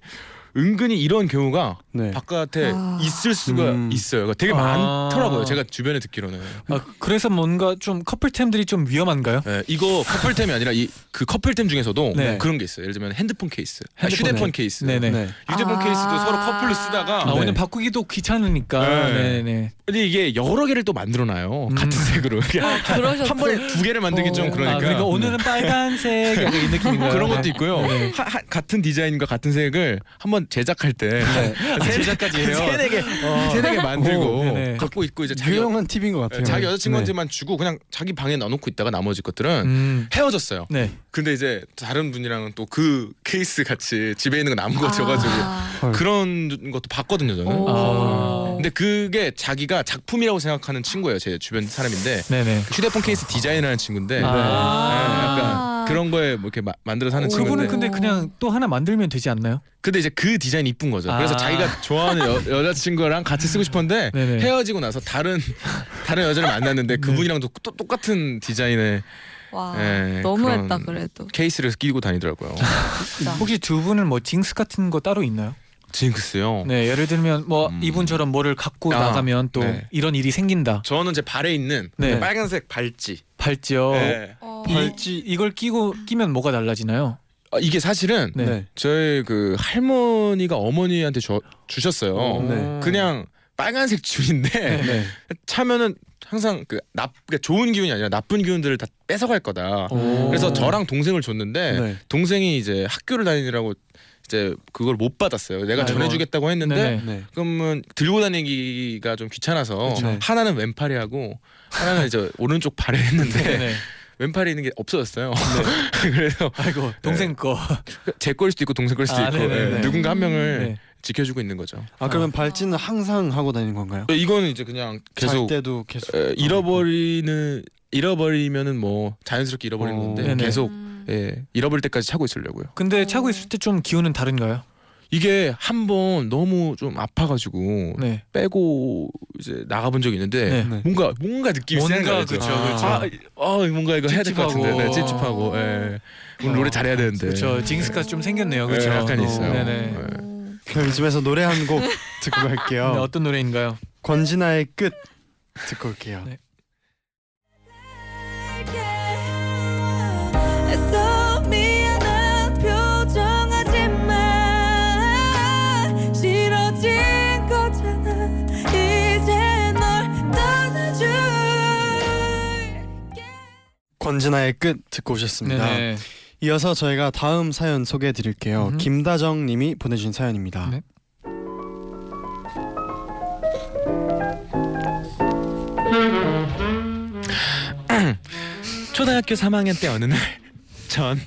Speaker 6: 은근히 이런 경우가
Speaker 4: 네.
Speaker 6: 바깥에
Speaker 5: 아.
Speaker 6: 있을 수가
Speaker 4: 음.
Speaker 6: 있어요. 그러니까 되게
Speaker 2: 아.
Speaker 6: 많더라고요. 제가 주변에 듣기로는
Speaker 2: 아, 그래서 뭔가 좀 커플템들이 좀 위험한가요?
Speaker 6: 네, 이거 커플템이 아니라 이 그 커플템 중에서도 뭐
Speaker 2: 네.
Speaker 6: 그런 게 있어요. 예를 들면 핸드폰 케이스, 아,
Speaker 2: 핸드폰,
Speaker 6: 휴대폰 케이스,
Speaker 2: 네네.
Speaker 4: 네.
Speaker 6: 휴대폰
Speaker 5: 아.
Speaker 6: 케이스도 서로 커플로
Speaker 2: 아,
Speaker 6: 쓰다가
Speaker 4: 네.
Speaker 2: 오늘 바꾸기도 귀찮으니까.
Speaker 6: 네.
Speaker 2: 네, 네.
Speaker 6: 근데 이게 여러 개를 또 만들어놔요.
Speaker 2: 음.
Speaker 6: 같은
Speaker 2: *laughs*
Speaker 6: 색으로 이게 한
Speaker 5: *laughs* 그러셨어.
Speaker 6: 번에 두 개를 만들기 좀
Speaker 2: 아,
Speaker 6: 그러니까.
Speaker 2: 그러니까 오늘은 빨간색 약간 이 느낌인가요?
Speaker 6: *laughs* 그런
Speaker 2: 네.
Speaker 6: 것도 있고요.
Speaker 2: 네.
Speaker 6: 하- 하- 같은 디자인과 같은 색을 한번 한 제작할 때
Speaker 2: 아, 제작까지 해요.
Speaker 6: 세네게
Speaker 2: 어.
Speaker 6: 세네게 만들고
Speaker 2: 오, 네네.
Speaker 6: 갖고 있고 이제 자기
Speaker 4: 유용한 팁인 것 같아요.
Speaker 6: 자기 여자친구한테만 주고 그냥 자기 방에 놔놓고 있다가 나머지 것들은
Speaker 2: 네. 음.
Speaker 6: 헤어졌어요.
Speaker 2: 네.
Speaker 6: 근데 이제 다른 분이랑은 또 그 케이스 같이 집에 있는 거 남은 거 줘가지고
Speaker 2: 네.
Speaker 5: 아.
Speaker 4: 헐.
Speaker 6: 그런 것도 봤거든요 저는.
Speaker 5: 오.
Speaker 2: 아.
Speaker 6: 근데 그게 자기가 작품이라고 생각하는 친구예요 제 주변 사람인데
Speaker 2: 네네.
Speaker 6: 그 휴대폰 케이스 디자인하는 친구인데
Speaker 2: 아.
Speaker 6: 네, 약간 그런 거에 뭐 이렇게 마- 만들어서 하는
Speaker 5: 오.
Speaker 2: 그분은 근데
Speaker 6: 친구인데
Speaker 2: 그냥 또 하나 만들면 되지 않나요?
Speaker 6: 근데 이제 그 디자인이 이쁜 거죠. 그래서
Speaker 2: 아.
Speaker 6: 자기가 좋아하는 여, 여자친구랑 같이 쓰고 싶었는데
Speaker 2: 네네.
Speaker 6: 헤어지고 나서 다른 *laughs* 다른 여자를 만났는데 그분이랑도 또, 똑같은 디자인의
Speaker 5: 와
Speaker 6: 예,
Speaker 5: 너무했다
Speaker 6: 그런- 그
Speaker 5: 그래도
Speaker 6: 케이스를 끼고 다니더라고요.
Speaker 5: 진짜.
Speaker 2: 혹시 두 분은 뭐 징스 같은 거 따로 있나요?
Speaker 6: 징크스요.
Speaker 2: 네, 예를 들면 뭐
Speaker 6: 어. 음.
Speaker 2: 이분처럼 뭐를 갖고
Speaker 6: 아,
Speaker 2: 나가면 또
Speaker 6: 네.
Speaker 2: 이런 일이 생긴다.
Speaker 6: 저는 제 발에 있는
Speaker 2: 네.
Speaker 6: 빨간색 발찌.
Speaker 2: 발찌요.
Speaker 6: 네.
Speaker 5: 어.
Speaker 2: 이- 이걸 끼고 끼면 뭐가 달라지나요?
Speaker 6: 아, 이게 사실은
Speaker 2: 네.
Speaker 6: 저희 그 할머니가 어머니한테 줘, 주셨어요.
Speaker 2: 어,
Speaker 4: 네.
Speaker 6: 그냥 빨간색 줄인데
Speaker 4: 네.
Speaker 6: *laughs* 차면은 항상 그 나, 그러니까 좋은 기운이 아니라 나쁜 기운들을 다 뺏어갈 거다.
Speaker 2: 오.
Speaker 6: 그래서 저랑 동생을 줬는데
Speaker 4: 네.
Speaker 6: 동생이 이제 학교를 다니느라고 이제 그걸 못 받았어요. 내가
Speaker 2: 아이고.
Speaker 6: 전해주겠다고 했는데
Speaker 2: 네네.
Speaker 4: 네.
Speaker 6: 그러면 들고 다니기가 좀 귀찮아서
Speaker 4: 그쵸.
Speaker 6: 하나는 왼팔에 하고
Speaker 2: *laughs*
Speaker 6: 하나는 이제 오른쪽 발에
Speaker 2: 네.
Speaker 6: 했는데
Speaker 2: 네.
Speaker 6: 왼팔에 있는 게 없어졌어요. *laughs* 그래서
Speaker 2: 아이고 동생 거.
Speaker 6: 제 거일 수도 있고 동생 거일 수도
Speaker 2: 아,
Speaker 6: 있고
Speaker 2: 네네네.
Speaker 6: 예, 누군가 한 명을
Speaker 2: 네.
Speaker 6: 지켜주고 있는 거죠.
Speaker 4: 아 그러면 발찌는 항상 하고 다니는 건가요?
Speaker 6: 이거는 이제 그냥
Speaker 4: 잘
Speaker 6: 계속
Speaker 4: 때도 계속
Speaker 2: 아,
Speaker 6: 에, 잃어버리는 잃어버리면은 뭐 자연스럽게 잃어버리는
Speaker 4: 어.
Speaker 6: 건데
Speaker 2: 네. 네네.
Speaker 6: 계속
Speaker 5: 음.
Speaker 6: 예, 잃어버릴 때까지 차고 있으려고요.
Speaker 2: 근데
Speaker 5: 어.
Speaker 2: 차고 있을 때 좀 기운은 다른가요?
Speaker 6: 이게 한 번 너무 좀 아파가지고
Speaker 2: 네.
Speaker 6: 빼고 이제 나가본 적이 있는데
Speaker 2: 네.
Speaker 4: 네.
Speaker 6: 뭔가 뭔가 느낌이
Speaker 2: 뭔가
Speaker 6: 세는 거죠.
Speaker 2: 그쵸,
Speaker 4: 그쵸.
Speaker 6: 아, 어, 뭔가 이거 해야 될 것 같은데, 네,
Speaker 2: 찝찝하고.
Speaker 6: 찝찝하고. 예. 오늘 노래 잘해야 되는데.
Speaker 2: 그렇죠. 징스가 좀 생겼네요.
Speaker 6: 예,
Speaker 2: 그렇죠.
Speaker 6: 네. 약간 있어요. 예.
Speaker 2: 네네. 네.
Speaker 3: 음.
Speaker 5: 오.
Speaker 4: 아, 그럼 요즘에서 노래 한 곡 *laughs* 듣고 갈게요.
Speaker 2: 어떤 노래인가요?
Speaker 4: 권진아의 끝 듣고 올게요.
Speaker 2: 네.
Speaker 3: 애써 미안한 표정하지만 싫어진 거잖아 이제 널 떠나줄게
Speaker 4: 권진아의 끝 듣고 오셨습니다.
Speaker 6: 아.
Speaker 2: 네네.
Speaker 4: 이어서 저희가 다음 사연 소개해 드릴게요.
Speaker 2: 음.
Speaker 4: 김다정 님이 보내주신 사연입니다.
Speaker 2: 네.
Speaker 6: 초등학교 3학년 때 어느 날, 전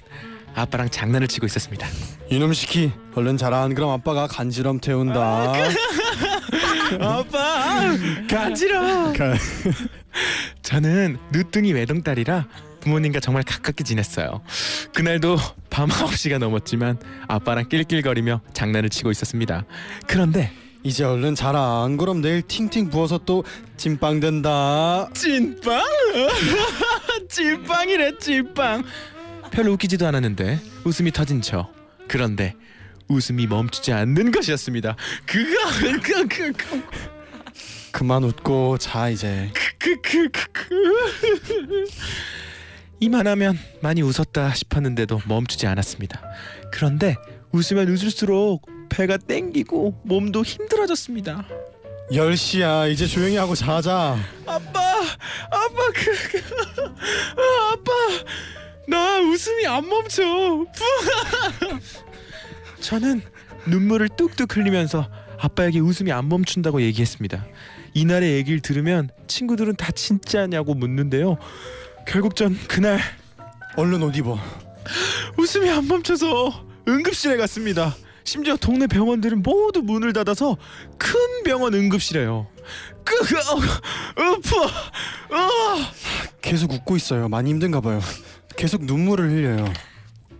Speaker 6: 아빠랑 장난을 치고 있었습니다.
Speaker 4: 이놈 시키 얼른 자라 안 그럼 아빠가 간지럼
Speaker 2: 아,
Speaker 4: 태운다.
Speaker 2: 그
Speaker 6: 아빠! 간지러워!
Speaker 4: 가-
Speaker 6: *laughs* 저는 누뚱이 외동딸이라 부모님과 정말 가깝게 지냈어요. 그날도 밤 9시가 넘었지만 아빠랑 낄낄거리며 장난을 치고 있었습니다. 그런데
Speaker 4: 이제 얼른 자라 안 그럼 내일 팅팅 부어서 또 찐빵 된다.
Speaker 6: 찐빵? *laughs* 찐빵이래 찐빵 별로 웃기지도 않았는데 웃음이 터진 저 그런데 웃음이 멈추지 않는 것이었습니다 그거 그그그그그그
Speaker 4: 그만 웃고 자 이제.
Speaker 6: 그, 그, 그. 이만하면 많이 웃었다 싶었는데도 멈추지 않았습니다 그런데 웃으면 웃을수록 배가 땡기고 몸도 힘들어졌습니다
Speaker 4: 10시야 이제 조용히 하고 자자.
Speaker 6: 아빠, 아빠 그, 그 아, 아빠 나 웃음이 안 멈춰. *laughs* 저는 눈물을 뚝뚝 흘리면서 아빠에게 웃음이 안 멈춘다고 얘기했습니다. 이날의 얘기를 들으면 친구들은 다 진짜냐고 묻는데요. 결국 전 그날
Speaker 4: 얼른 옷 입어.
Speaker 6: 웃음이 안 멈춰서 응급실에 갔습니다. 심지어 동네 병원들은 모두 문을 닫아서 큰 병원 응급실에요. 끄, 어, 으파, 어.
Speaker 4: 계속 웃고 있어요. 많이 힘든가 봐요. *laughs* 계속 눈물을 흘려요.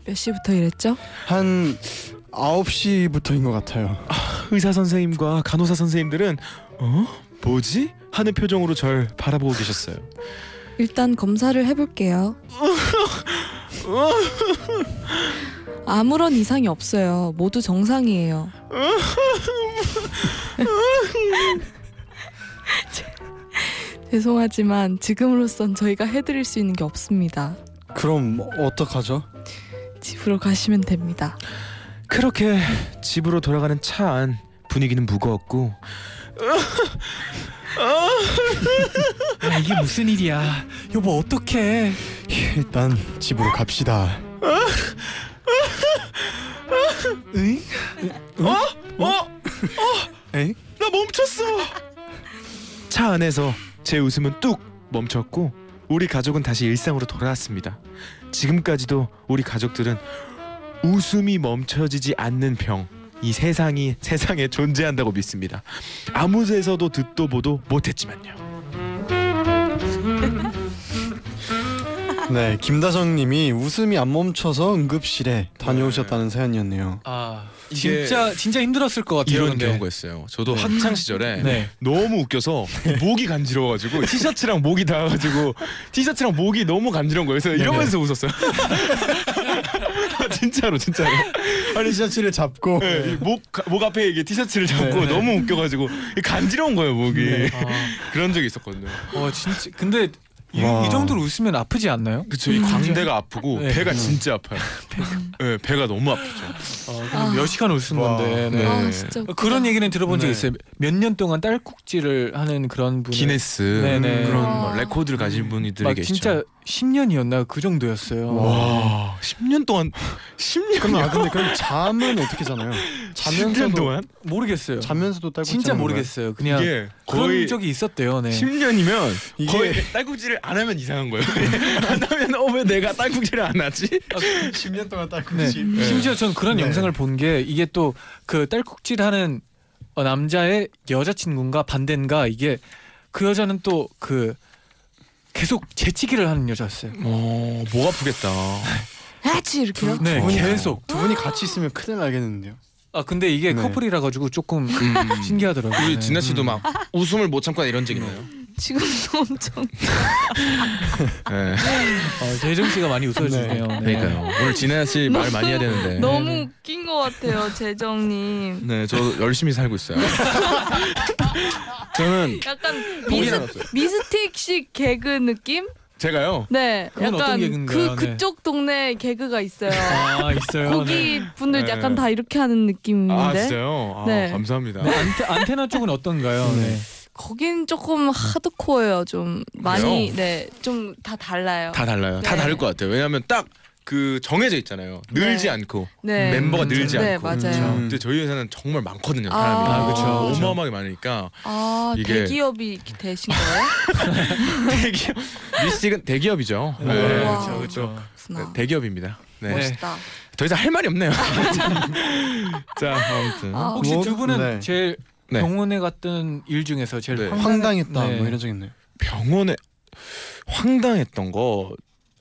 Speaker 5: 몇 시부터 이랬죠?
Speaker 4: 한 9시부터인 것 같아요.
Speaker 6: 의사 선생님과 간호사 선생님들은 어 뭐지 하는 표정으로 절 바라보고 계셨어요.
Speaker 5: 일단 검사를 해볼게요. 아무런 이상이 없어요. 모두 정상이에요. *laughs* 죄송하지만 지금으로선 저희가 해드릴 수 있는 게 없습니다.
Speaker 4: 아, 그럼 어떡하죠?
Speaker 5: 집으로 가시면 됩니다.
Speaker 6: 그렇게 집으로 돌아가는 차 안 분위기는 무거웠고
Speaker 2: 야, 아, 이게 무슨 일이야? 여보 어떡해?
Speaker 4: 일단 집으로 갑시다.
Speaker 2: 응?
Speaker 7: 어? 어?
Speaker 4: 에?
Speaker 7: 나 멈췄어. 차 안에서 제 웃음은 뚝 멈췄고 우리 가족은 다시 일상으로 돌아왔습니다. 지금까지도 우리 가족들은 웃음이 멈춰지지 않는 병. 이 세상이 세상에 존재한다고 믿습니다. 아무 데서도 듣도 보도 못했지만요.
Speaker 4: 네, 김다정님이 웃음이 안 멈춰서 응급실에 다녀오셨다는 사연이었네요.
Speaker 2: 아
Speaker 6: 이게-
Speaker 2: 진짜 진짜 힘들었을 것 같아요.
Speaker 6: 이런
Speaker 2: 근데.
Speaker 6: 경우가 있어요. 저도
Speaker 2: 네.
Speaker 6: 학창 시절에
Speaker 2: 네.
Speaker 6: 너무 웃겨서 목이 간지러워가지고 티셔츠랑 목이 닿아가지고 티셔츠랑 목이 너무 간지러운 거예요. 그래서 이러면서 웃었어요. *laughs* 진짜로 진짜로.
Speaker 4: 빨리 셔츠를 잡고
Speaker 6: 네, 이목 가- 목 앞에 이게 티셔츠를 잡고 너무 웃겨가지고 이게 간지러운 거예요 목이.
Speaker 2: 아,
Speaker 6: 그런 적이 있었거든요.
Speaker 2: 와 진짜 근데 이,
Speaker 4: 와.
Speaker 2: 이 정도로 웃으면 아프지 않나요?
Speaker 6: 그쵸 이 광대가 아프고
Speaker 2: 네.
Speaker 6: 배가 진짜 아파요. 네, 배가 너무 아프죠.
Speaker 5: 아.
Speaker 2: 어, 몇 시간 웃은
Speaker 4: 와.
Speaker 2: 건데. 네.
Speaker 5: 아
Speaker 6: 네.
Speaker 5: 진짜 웃기다.
Speaker 2: 그런 얘기는 들어본 적
Speaker 6: 네.
Speaker 2: 있어요. 몇 년 동안 딸꾹질을 하는 그런 분.
Speaker 6: 기네스
Speaker 2: 네네.
Speaker 6: 그런
Speaker 5: 와.
Speaker 6: 뭐 레코드를 가진 분들이
Speaker 2: 막
Speaker 6: 계시죠.
Speaker 2: 진짜 10년이었나 그 정도였어요.
Speaker 6: 와 10년 동안 10년
Speaker 4: 그럼 아 근데 그럼 잠은 어떻게 자나요?
Speaker 6: 10년
Speaker 4: 자면서도
Speaker 6: 동안
Speaker 2: 모르겠어요.
Speaker 4: 자면서도 딸꾹질
Speaker 2: 진짜
Speaker 4: 하는 거예요?
Speaker 2: 모르겠어요. 그냥
Speaker 6: 이게
Speaker 2: 그런
Speaker 6: 거의
Speaker 2: 적이 있었대요. 네.
Speaker 6: 10년이면
Speaker 4: 이게-
Speaker 6: 거의 딸꾹질을 안 하면 이상한 거예요. 안 하면 어 왜 내가 딸꾹질을 안 하지?
Speaker 4: 10년 동안
Speaker 2: 네.
Speaker 4: 딸꾹질.
Speaker 2: 심지어 전 그런
Speaker 4: 네.
Speaker 2: 영상을 본 게 이게 또 그 딸꾹질하는 어, 남자의 여자친구인가 반대인가 이게 그 여자는 또 그 계속 재치기를 하는 여자였어요.
Speaker 6: 어목 아프겠다.
Speaker 5: 해치 이렇게요?
Speaker 2: 네,
Speaker 4: 분이-
Speaker 2: 계속.
Speaker 4: 두 분이 같이 있으면 큰일 나겠는데요.
Speaker 2: 아 근데 이게
Speaker 4: 네.
Speaker 2: 커플이라 가지고 조금 신기하더라고요.
Speaker 6: 음. 우리
Speaker 2: 네.
Speaker 6: 진아 씨도 막 웃음을 못 참거나 이런 적 있나요?
Speaker 5: 지금도 엄청
Speaker 6: 네.
Speaker 2: 어, 재정 씨가 많이 웃어주네요. 네.
Speaker 6: 그러니까요. 오늘 진아 씨 말 많이 해야 되는데.
Speaker 5: 너무 웃긴 것 같아요 재정님.
Speaker 6: 네, 저 열심히 살고 있어요. 저는
Speaker 5: 약간
Speaker 6: 똥이
Speaker 5: 미스,
Speaker 6: 나갔어요.
Speaker 5: 미스틱식 개그 느낌?
Speaker 6: 제가요.
Speaker 5: 네,
Speaker 2: 그건 어떤
Speaker 5: 약간
Speaker 2: 개그인가요?
Speaker 5: 그
Speaker 2: 네.
Speaker 5: 그쪽 동네 개그가
Speaker 6: *laughs*
Speaker 5: 있어요.
Speaker 2: 아 있어요. 네.
Speaker 5: 거기 분들
Speaker 6: 네.
Speaker 5: 약간 다 이렇게 하는 느낌인데
Speaker 6: 아 진짜요? 아,
Speaker 5: 음, 네.
Speaker 6: 감사합니다.
Speaker 2: 네, 안테, 안테나 쪽은 어떤가요? 네.
Speaker 5: 거긴 조금 하드코어예요. 좀 많이 네, 좀 다 달라요.
Speaker 6: 다 달라요. 다
Speaker 5: 네.
Speaker 6: 다를 것 같아요. 왜냐하면 딱 그 정해져 있잖아요. 늘지
Speaker 5: 네.
Speaker 6: 않고
Speaker 5: 네.
Speaker 6: 멤버가 늘지
Speaker 5: 네,
Speaker 6: 않고.
Speaker 5: 맞아요.
Speaker 4: 음.
Speaker 6: 근데 저희 회사는 정말 많거든요.
Speaker 5: 아.
Speaker 6: 사람이.
Speaker 5: 아,
Speaker 2: 그쵸, 그쵸.
Speaker 6: 어마어마하게 많으니까
Speaker 5: 아,
Speaker 6: 이게-
Speaker 5: 대기업이 이렇게 되신 거예요?
Speaker 6: 대기업. 미스틱은 대기업이죠.
Speaker 2: 네. 네.
Speaker 5: 와.
Speaker 2: 그렇죠, 그렇죠.
Speaker 5: 그렇구나.
Speaker 6: 대기업입니다. 네.
Speaker 2: 네.
Speaker 5: 멋있다.
Speaker 6: 더 이상 할 말이 없네요. *laughs* 자 아무튼
Speaker 5: 아,
Speaker 2: 혹시
Speaker 4: 뭐,
Speaker 2: 두 분은
Speaker 4: 네.
Speaker 2: 제일
Speaker 6: 네.
Speaker 2: 병원에 갔던 일 중에서 제일
Speaker 6: 네.
Speaker 4: 황당했다
Speaker 2: 네.
Speaker 4: 뭐 이런 적 있나요?
Speaker 6: 병원에 황당했던 거.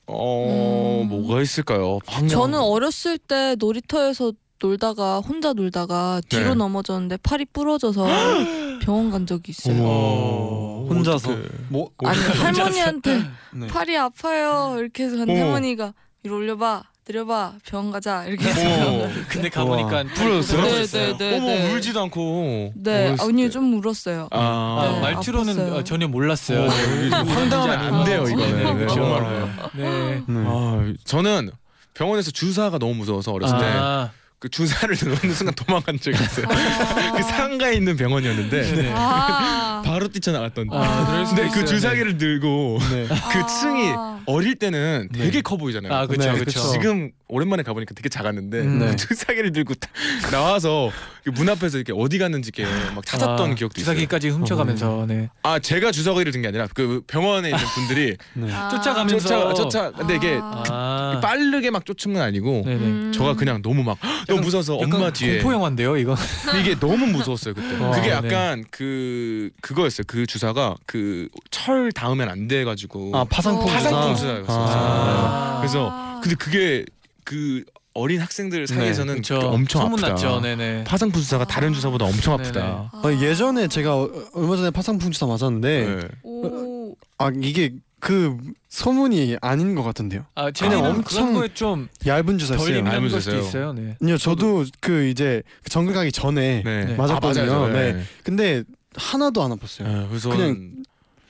Speaker 6: 어
Speaker 5: 음.
Speaker 6: 뭐가 있을까요? 황당.
Speaker 5: 저는 어렸을 때 놀이터에서 놀다가 혼자 놀다가 뒤로
Speaker 6: 네.
Speaker 5: 넘어졌는데 팔이 부러져서
Speaker 6: *gasps*
Speaker 5: 병원 간 적이 있어요.
Speaker 6: 어머.
Speaker 4: 혼자서.
Speaker 6: 어떡해.
Speaker 4: 뭐
Speaker 5: 아니 할머니한테
Speaker 4: 네.
Speaker 5: 팔이 아파요 이렇게 해서 간
Speaker 6: 어머.
Speaker 5: 할머니가 이리 올려봐 내려봐 병원 가자 이렇게 해서
Speaker 6: 어머.
Speaker 2: 근데 가보니까
Speaker 6: 부러졌어요?
Speaker 2: 네,
Speaker 5: 네, 네, 네,
Speaker 6: 어머
Speaker 5: 네.
Speaker 6: 울지도 않고.
Speaker 5: 네
Speaker 6: 어렸을
Speaker 5: 언니
Speaker 6: 때.
Speaker 5: 좀 울었어요
Speaker 6: 아,
Speaker 2: 아,
Speaker 5: 네,
Speaker 2: 말투로는
Speaker 5: 아팠어요.
Speaker 2: 어, 전혀 몰랐어요.
Speaker 6: 어,
Speaker 2: 네,
Speaker 6: 황당하면 안 돼요, 이거는.
Speaker 2: 네,
Speaker 6: 정말로.
Speaker 2: 네.
Speaker 4: 네.
Speaker 6: 아, 저는 병원에서 주사가 너무 무서워서 어렸을 때
Speaker 2: 아,
Speaker 6: 그 주사를 *laughs* 넣는 순간 도망간 적이 있어요. *laughs* 그 상가에 있는 병원이었는데
Speaker 2: 아. 네.
Speaker 5: 아,
Speaker 6: 바로 뛰쳐나갔던.
Speaker 2: 아, 그럴 수도
Speaker 6: 근데
Speaker 2: 있어요. 네.
Speaker 6: 그 주사기를 들고
Speaker 4: 네.
Speaker 5: 아.
Speaker 6: 그 층이 어릴 때는 되게 커 보이잖아요.
Speaker 2: 아, 그쵸,
Speaker 4: 네,
Speaker 2: 그쵸.
Speaker 4: 그쵸.
Speaker 6: 지금 오랜만에 가보니까 되게 작았는데
Speaker 2: 음.
Speaker 6: 그
Speaker 4: 네.
Speaker 6: 주사기를 들고 다- 나와서 그문 앞에서 이렇게 어디 갔는지 이렇게 막 찾았던
Speaker 2: 아,
Speaker 6: 기억도 있어요.
Speaker 2: 주사기까지 훔쳐가면서 네.
Speaker 6: 아 제가 주사기를 든 게 아니라 그 병원에 있는 분들이
Speaker 2: *laughs*
Speaker 4: 네.
Speaker 5: 아.
Speaker 2: 쫓아가면서
Speaker 6: 쫓아 쫓아 근데 이게
Speaker 5: 아.
Speaker 2: 아,
Speaker 6: 빠르게 막 쫓은 건 아니고
Speaker 2: 네네.
Speaker 5: 음.
Speaker 6: 저가 그냥
Speaker 2: *gasps*
Speaker 6: 너무 막 너무 무서워서
Speaker 2: 약간
Speaker 6: 엄마 뒤에
Speaker 2: 공포 영화인데요, 이거.
Speaker 6: 이게 너무 무서웠어요 그때
Speaker 2: 와,
Speaker 6: 그게
Speaker 2: 네.
Speaker 6: 약간 그 그거였어요 그 주사가 그 철 닿으면 안 돼 가지고
Speaker 4: 아 파상풍
Speaker 5: 파상풍
Speaker 6: 파상풍
Speaker 4: 주사.
Speaker 6: 주사였어요
Speaker 2: 아.
Speaker 6: 그래서 근데 그게 그 어린 학생들 사이에서는
Speaker 2: 네, 그쵸.
Speaker 6: 그게 엄청
Speaker 2: 소문났죠.
Speaker 6: 아프다
Speaker 2: 그러니까 네네. 네.
Speaker 6: 파상풍 주사가 다른 주사보다 엄청 아프다
Speaker 5: 아.
Speaker 4: 아, 예전에 제가 어- 얼마 전에 파상풍 주사 맞았는데
Speaker 6: 네.
Speaker 5: 오.
Speaker 4: 아 이게 그 소문이 아닌 것 같은데요.
Speaker 2: 아, 쟤는
Speaker 4: 그냥
Speaker 2: 엄청
Speaker 4: 엄청
Speaker 2: 거에 좀
Speaker 4: 얇은
Speaker 2: 덜
Speaker 4: 주사였어요.
Speaker 2: 입는 것도
Speaker 6: 알면서요.
Speaker 2: 있어요. 네.
Speaker 4: 아니요 저도 그 이제 그 정글 가기 전에
Speaker 6: 네.
Speaker 2: 네.
Speaker 4: 맞았거든요.
Speaker 6: 아, 맞아요.
Speaker 4: 근데 하나도 안 아팠어요.
Speaker 6: 네, 그래서
Speaker 4: 그냥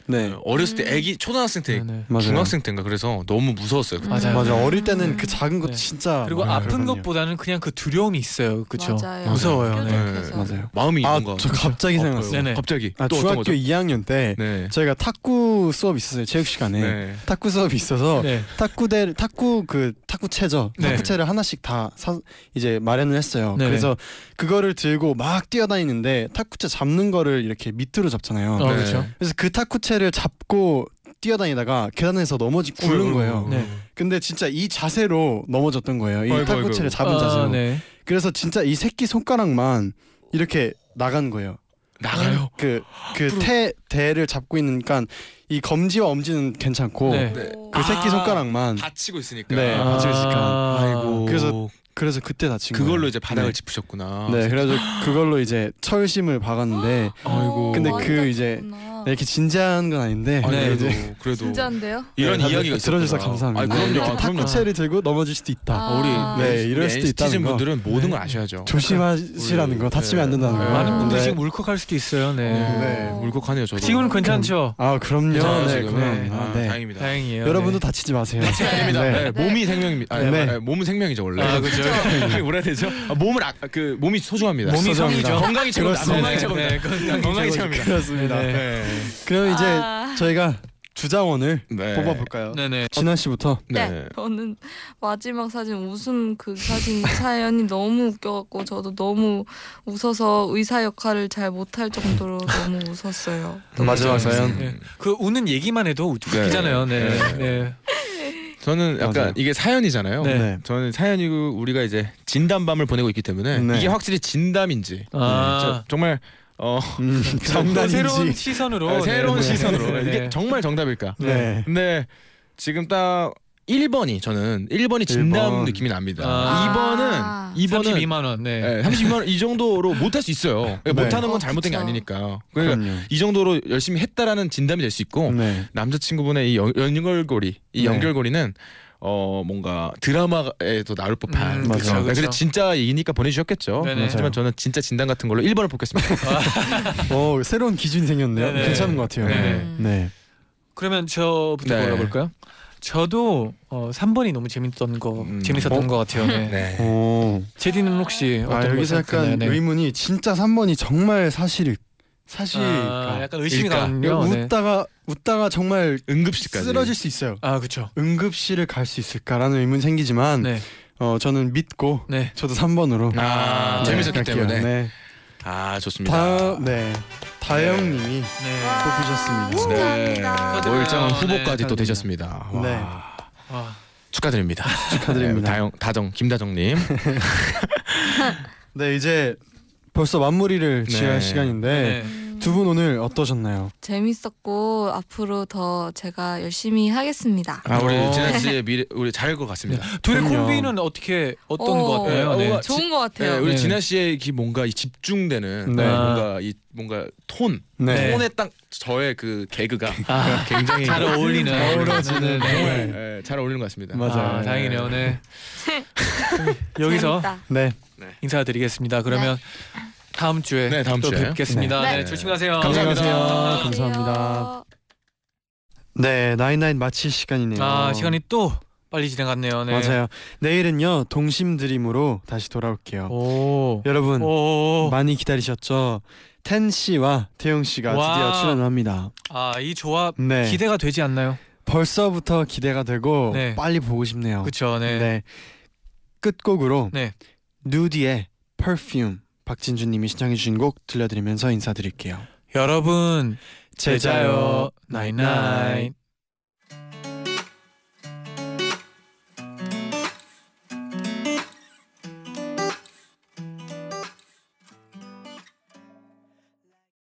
Speaker 4: 네.
Speaker 6: 어렸을 때 애기 초등학생 때
Speaker 2: 네.
Speaker 4: 맞아요.
Speaker 6: 중학생 때인가 그래서 너무 무서웠어요.
Speaker 5: 음.
Speaker 2: 맞아요.
Speaker 4: 맞아. 어릴 때는 그 작은 것
Speaker 2: 네.
Speaker 4: 진짜
Speaker 2: 그리고
Speaker 4: 많아요.
Speaker 2: 아픈
Speaker 4: 그러거든요.
Speaker 2: 것보다는 그냥 그 두려움이 있어요. 그렇죠.
Speaker 5: 맞아요.
Speaker 2: 무서워요. 네.
Speaker 5: 네.
Speaker 4: 맞아요.
Speaker 6: 마음이
Speaker 4: 아,
Speaker 6: 뭔가
Speaker 4: 저 갑자기
Speaker 6: 아파요.
Speaker 4: 생각났어요.
Speaker 2: 네네.
Speaker 6: 갑자기
Speaker 4: 아,
Speaker 6: 또 어떤
Speaker 4: 중학교
Speaker 6: 거죠?
Speaker 4: 2학년 때
Speaker 6: 네.
Speaker 4: 저희가 탁구 수업 있었어요. 체육 시간에.
Speaker 6: 네.
Speaker 4: 탁구 수업이 있어서
Speaker 2: 네.
Speaker 4: 탁구대 탁구 그 탁구채죠.
Speaker 2: 네.
Speaker 4: 탁구채를 하나씩 다 사, 이제 마련을 했어요.
Speaker 2: 네네.
Speaker 4: 그래서 그거를 들고 막 뛰어다니는데 탁구채 잡는 거를 이렇게 밑으로 잡잖아요.
Speaker 2: 어, 그렇죠.
Speaker 4: 그래서 그 탁구채를 잡고 뛰어다니다가 계단에서 넘어지
Speaker 6: 음.
Speaker 4: 굴른 거예요.
Speaker 2: 네.
Speaker 4: 근데 진짜 이 자세로 넘어졌던 거예요. 이
Speaker 6: 아이고,
Speaker 4: 탁구채를
Speaker 6: 아이고.
Speaker 4: 잡은 자세로.
Speaker 2: 아, 네.
Speaker 4: 그래서 진짜 이 새끼 손가락만 이렇게 나간 거예요.
Speaker 6: 나가요.
Speaker 4: 그 그 태 대를 잡고 있으니까 이 검지와 엄지는 괜찮고
Speaker 2: 네.
Speaker 6: 네.
Speaker 4: 그 새끼
Speaker 6: 아.
Speaker 4: 손가락만
Speaker 6: 다치고 있으니까.
Speaker 4: 네,
Speaker 2: 아,
Speaker 4: 맞아요,
Speaker 6: 아,
Speaker 4: 지금.
Speaker 6: 아이고.
Speaker 4: 그래서 그래서 그때 다친 거예요.
Speaker 6: 그걸로 이제 바닥을
Speaker 4: 네.
Speaker 6: 짚으셨구나.
Speaker 4: 네, 그래서 그걸로 이제 철심을 박았는데
Speaker 6: 아이고.
Speaker 4: 근데
Speaker 5: 많이
Speaker 4: 그 이제
Speaker 5: 다쳤구나.
Speaker 4: 이렇게 진지한 건 아닌데
Speaker 6: 아니,
Speaker 2: 네,
Speaker 6: 그래도
Speaker 4: 이제
Speaker 6: 그래도
Speaker 5: 진짜인데요?
Speaker 6: 이런
Speaker 4: 네,
Speaker 6: 이야기가
Speaker 4: 들어주셔서
Speaker 6: 있었구나.
Speaker 4: 감사합니다.
Speaker 6: 아니,
Speaker 5: 네.
Speaker 6: 그럼요. 아, 그럼요.
Speaker 4: 탁구채를 들고 넘어질 수도 있다.
Speaker 5: 아.
Speaker 6: 우리
Speaker 4: 네, 이럴 수도
Speaker 6: NC티즌
Speaker 4: 있다는 거. 네.
Speaker 6: 분들은 모든 걸 아셔야죠.
Speaker 4: 조심하시라는 거, 다치면 안 된다는 거.
Speaker 6: 네.
Speaker 2: 많은 분들이
Speaker 4: 네.
Speaker 2: 지금 울컥할 수도 있어요. 네.
Speaker 5: 네.
Speaker 4: 네.
Speaker 6: 울컥하네요, 저도.
Speaker 2: 지금은 괜찮죠.
Speaker 4: 아 그럼요.
Speaker 6: 괜찮아요,
Speaker 4: 네,
Speaker 6: 지금.
Speaker 4: 그럼.
Speaker 6: 아,
Speaker 4: 아, 네.
Speaker 6: 다행입니다.
Speaker 2: 다행이에요.
Speaker 4: 여러분도
Speaker 2: 네.
Speaker 4: 다치지 마세요.
Speaker 6: 아닙니다.
Speaker 4: 네.
Speaker 6: 네, 몸이 생명입니다. 아니,
Speaker 4: 네.
Speaker 6: 아니, 몸은 생명이죠 원래.
Speaker 2: 아,
Speaker 6: *laughs*
Speaker 2: 그렇죠.
Speaker 6: 아니, 뭐라 해야 되죠? 아, 몸을 아, 그 몸이 소중합니다.
Speaker 2: 몸이
Speaker 4: 죄송합니다.
Speaker 2: 성이죠.
Speaker 6: 건강이 최고다.
Speaker 4: 그렇습니다.
Speaker 6: 건강이 최고다.
Speaker 2: 네, 건강이
Speaker 6: 건강이
Speaker 2: 최고죠.
Speaker 6: 최고입니다.
Speaker 4: 그렇습니다.
Speaker 2: 네.
Speaker 6: 네.
Speaker 4: 그럼 이제
Speaker 5: 아.
Speaker 4: 저희가 주장원을
Speaker 6: 네.
Speaker 4: 뽑아볼까요?
Speaker 2: 네네.
Speaker 4: 진환 씨부터.
Speaker 5: 네. 저는 마지막 사진 웃음 그 사진 사연이 너무 웃겨갖고 저도 너무 웃어서 의사 역할을 잘 못할 정도로 너무 웃었어요.
Speaker 4: 마지막
Speaker 6: 사연.
Speaker 2: 네. 그 우는 얘기만 해도
Speaker 6: 네.
Speaker 2: 웃기잖아요. 네.
Speaker 6: 네.
Speaker 2: 네.
Speaker 6: 저는 약간
Speaker 4: 맞아요.
Speaker 6: 이게 사연이잖아요.
Speaker 2: 네.
Speaker 6: 저는 사연이고 우리가 이제 진담밤을 보내고 있기 때문에
Speaker 4: 네.
Speaker 6: 이게 확실히 진담인지 저-
Speaker 2: 아.
Speaker 6: 정말 어
Speaker 4: 음,
Speaker 2: 또 새로운
Speaker 4: 장난인지.
Speaker 2: 시선으로 네.
Speaker 6: 새로운
Speaker 2: 네. 네.
Speaker 6: 시선으로 이게 정말 정답일까?
Speaker 4: 네.
Speaker 6: 근데 지금 딱 1번이 저는 1번이 진담
Speaker 4: 일 번.
Speaker 6: 느낌이 납니다.
Speaker 5: 아.
Speaker 6: 2번은 2번은
Speaker 2: 32만 원. 네.
Speaker 6: 네, 32만 원 이 정도로 못 할 수 있어요. 그러니까
Speaker 4: 네.
Speaker 6: 못하는 건
Speaker 5: 어,
Speaker 6: 잘못된 게
Speaker 5: 그쵸.
Speaker 6: 아니니까. 그러니까
Speaker 4: 그럼요.
Speaker 6: 이 정도로 열심히 했다라는 진담이 될 수 있고
Speaker 4: 네.
Speaker 6: 남자친구분의 이 연- 연결고리 이
Speaker 4: 네.
Speaker 6: 연결고리는 어 뭔가 드라마에도 나올 법한
Speaker 2: 음,
Speaker 4: 맞아요.
Speaker 6: 그
Speaker 2: 그쵸.
Speaker 6: 래 진짜 얘기니까 보내주셨겠죠.
Speaker 2: 네네.
Speaker 6: 하지만
Speaker 4: 맞아요.
Speaker 6: 저는 진짜 진담 같은 걸로 1번을 뽑겠습니다.
Speaker 4: 어 새로운 기준이 생겼네요.
Speaker 2: 네네.
Speaker 4: 괜찮은 것 같아요.
Speaker 6: 네.
Speaker 5: 음.
Speaker 4: 네.
Speaker 2: 그러면 저부터
Speaker 6: 네.
Speaker 2: 골라볼까요? 저도 어, 3번이 너무 재밌던 거
Speaker 6: 음.
Speaker 2: 재밌었던
Speaker 4: 어?
Speaker 2: 것 같아요. 네.
Speaker 6: 네.
Speaker 4: 오.
Speaker 2: 제디는 혹시 네, 어떤
Speaker 4: 어. 아
Speaker 2: 걸
Speaker 4: 여기서
Speaker 2: 생각하나요?
Speaker 4: 약간
Speaker 2: 네.
Speaker 4: 의문이 진짜 3번이 정말 사실 사실
Speaker 2: 아, 약간 의심이
Speaker 6: 일까?
Speaker 2: 가는요. 네.
Speaker 4: 웃다가 웃다가 정말
Speaker 6: 응급실까지.
Speaker 4: 쓰러질 수 있어요.
Speaker 2: 아 그렇죠.
Speaker 4: 응급실을 갈 수 있을까라는 의문 생기지만
Speaker 2: 네,
Speaker 4: 어 저는 믿고
Speaker 2: 네.
Speaker 4: 저도 3번으로
Speaker 6: 아,
Speaker 2: 아,
Speaker 6: 재밌었기
Speaker 4: 갈게요.
Speaker 6: 때문에.
Speaker 4: 네.
Speaker 6: 아 좋습니다.
Speaker 4: 다, 네. 다영님이
Speaker 2: 네.
Speaker 4: 뽑히셨습니다.
Speaker 6: 네.
Speaker 5: 감사합니다.
Speaker 6: 노일정은
Speaker 2: 네,
Speaker 6: 후보까지 또
Speaker 4: 감사합니다.
Speaker 6: 되셨습니다. 와.
Speaker 4: 네.
Speaker 2: 아,
Speaker 6: 축하드립니다. 네,
Speaker 4: 축하드립니다.
Speaker 6: 다영,
Speaker 4: *laughs*
Speaker 6: 다정 김다정님.
Speaker 4: 네 이제 벌써 마무리를
Speaker 6: 네.
Speaker 4: 지어야 할 시간인데
Speaker 2: 네.
Speaker 4: 두 분 오늘 어떠셨나요?
Speaker 5: 재밌었고 앞으로 더 제가 열심히 하겠습니다.
Speaker 6: 아 우리
Speaker 2: 어.
Speaker 6: 진아 씨의 미래 우리 잘할 것 같습니다.
Speaker 2: 둘의
Speaker 4: 그럼요.
Speaker 2: 콤비는 어떻게 어떤
Speaker 5: 오.
Speaker 2: 것 같나요?
Speaker 6: 네,
Speaker 2: 네.
Speaker 6: 어,
Speaker 5: 좋은 것
Speaker 6: 네,
Speaker 5: 같아요.
Speaker 6: 우리
Speaker 2: 네.
Speaker 6: 진아 씨의 이 뭔가 이 집중되는
Speaker 4: 네.
Speaker 6: 뭔가 이 뭔가 톤
Speaker 2: 네.
Speaker 6: 톤에 딱 저의 그 개그가
Speaker 2: 아,
Speaker 6: 굉장히
Speaker 2: 잘 어울리는
Speaker 4: 어우러지는
Speaker 2: 네.
Speaker 4: 정말.
Speaker 6: 예, 잘 어울리는 것 같습니다.
Speaker 4: 맞아요.
Speaker 2: 아, 다행이네요.
Speaker 5: *laughs*
Speaker 2: 네. 여기서
Speaker 5: 재밌다.
Speaker 4: 네.
Speaker 2: 인사드리겠습니다. 그러면 다음 주에
Speaker 6: 네, 다음
Speaker 2: 또
Speaker 6: 주에.
Speaker 2: 뵙겠습니다.
Speaker 5: 네.
Speaker 2: 네, 조심하세요.
Speaker 6: 감사합니다.
Speaker 4: 안녕하세요. 감사합니다.
Speaker 5: 안녕하세요.
Speaker 4: 네, 나인나인 마칠 시간이네요.
Speaker 2: 아 시간이 또 빨리 지나갔네요. 네.
Speaker 4: 맞아요. 내일은요 동심 드림으로 다시 돌아올게요.
Speaker 2: 오.
Speaker 4: 여러분
Speaker 2: 오.
Speaker 4: 많이 기다리셨죠? 텐 씨와 태용 씨가
Speaker 2: 와.
Speaker 4: 드디어 출연합니다.
Speaker 2: 아이 조합
Speaker 4: 네,
Speaker 2: 기대가 되지 않나요?
Speaker 4: 벌써부터 기대가 되고
Speaker 2: 네.
Speaker 4: 빨리 보고 싶네요.
Speaker 2: 그렇죠. 네.
Speaker 4: 네, 끝곡으로
Speaker 2: 네.
Speaker 4: 누디의 Perfume 박진주님이 신청해주신 곡 들려드리면서 인사드릴게요.
Speaker 2: 여러분 제자요 나인나인.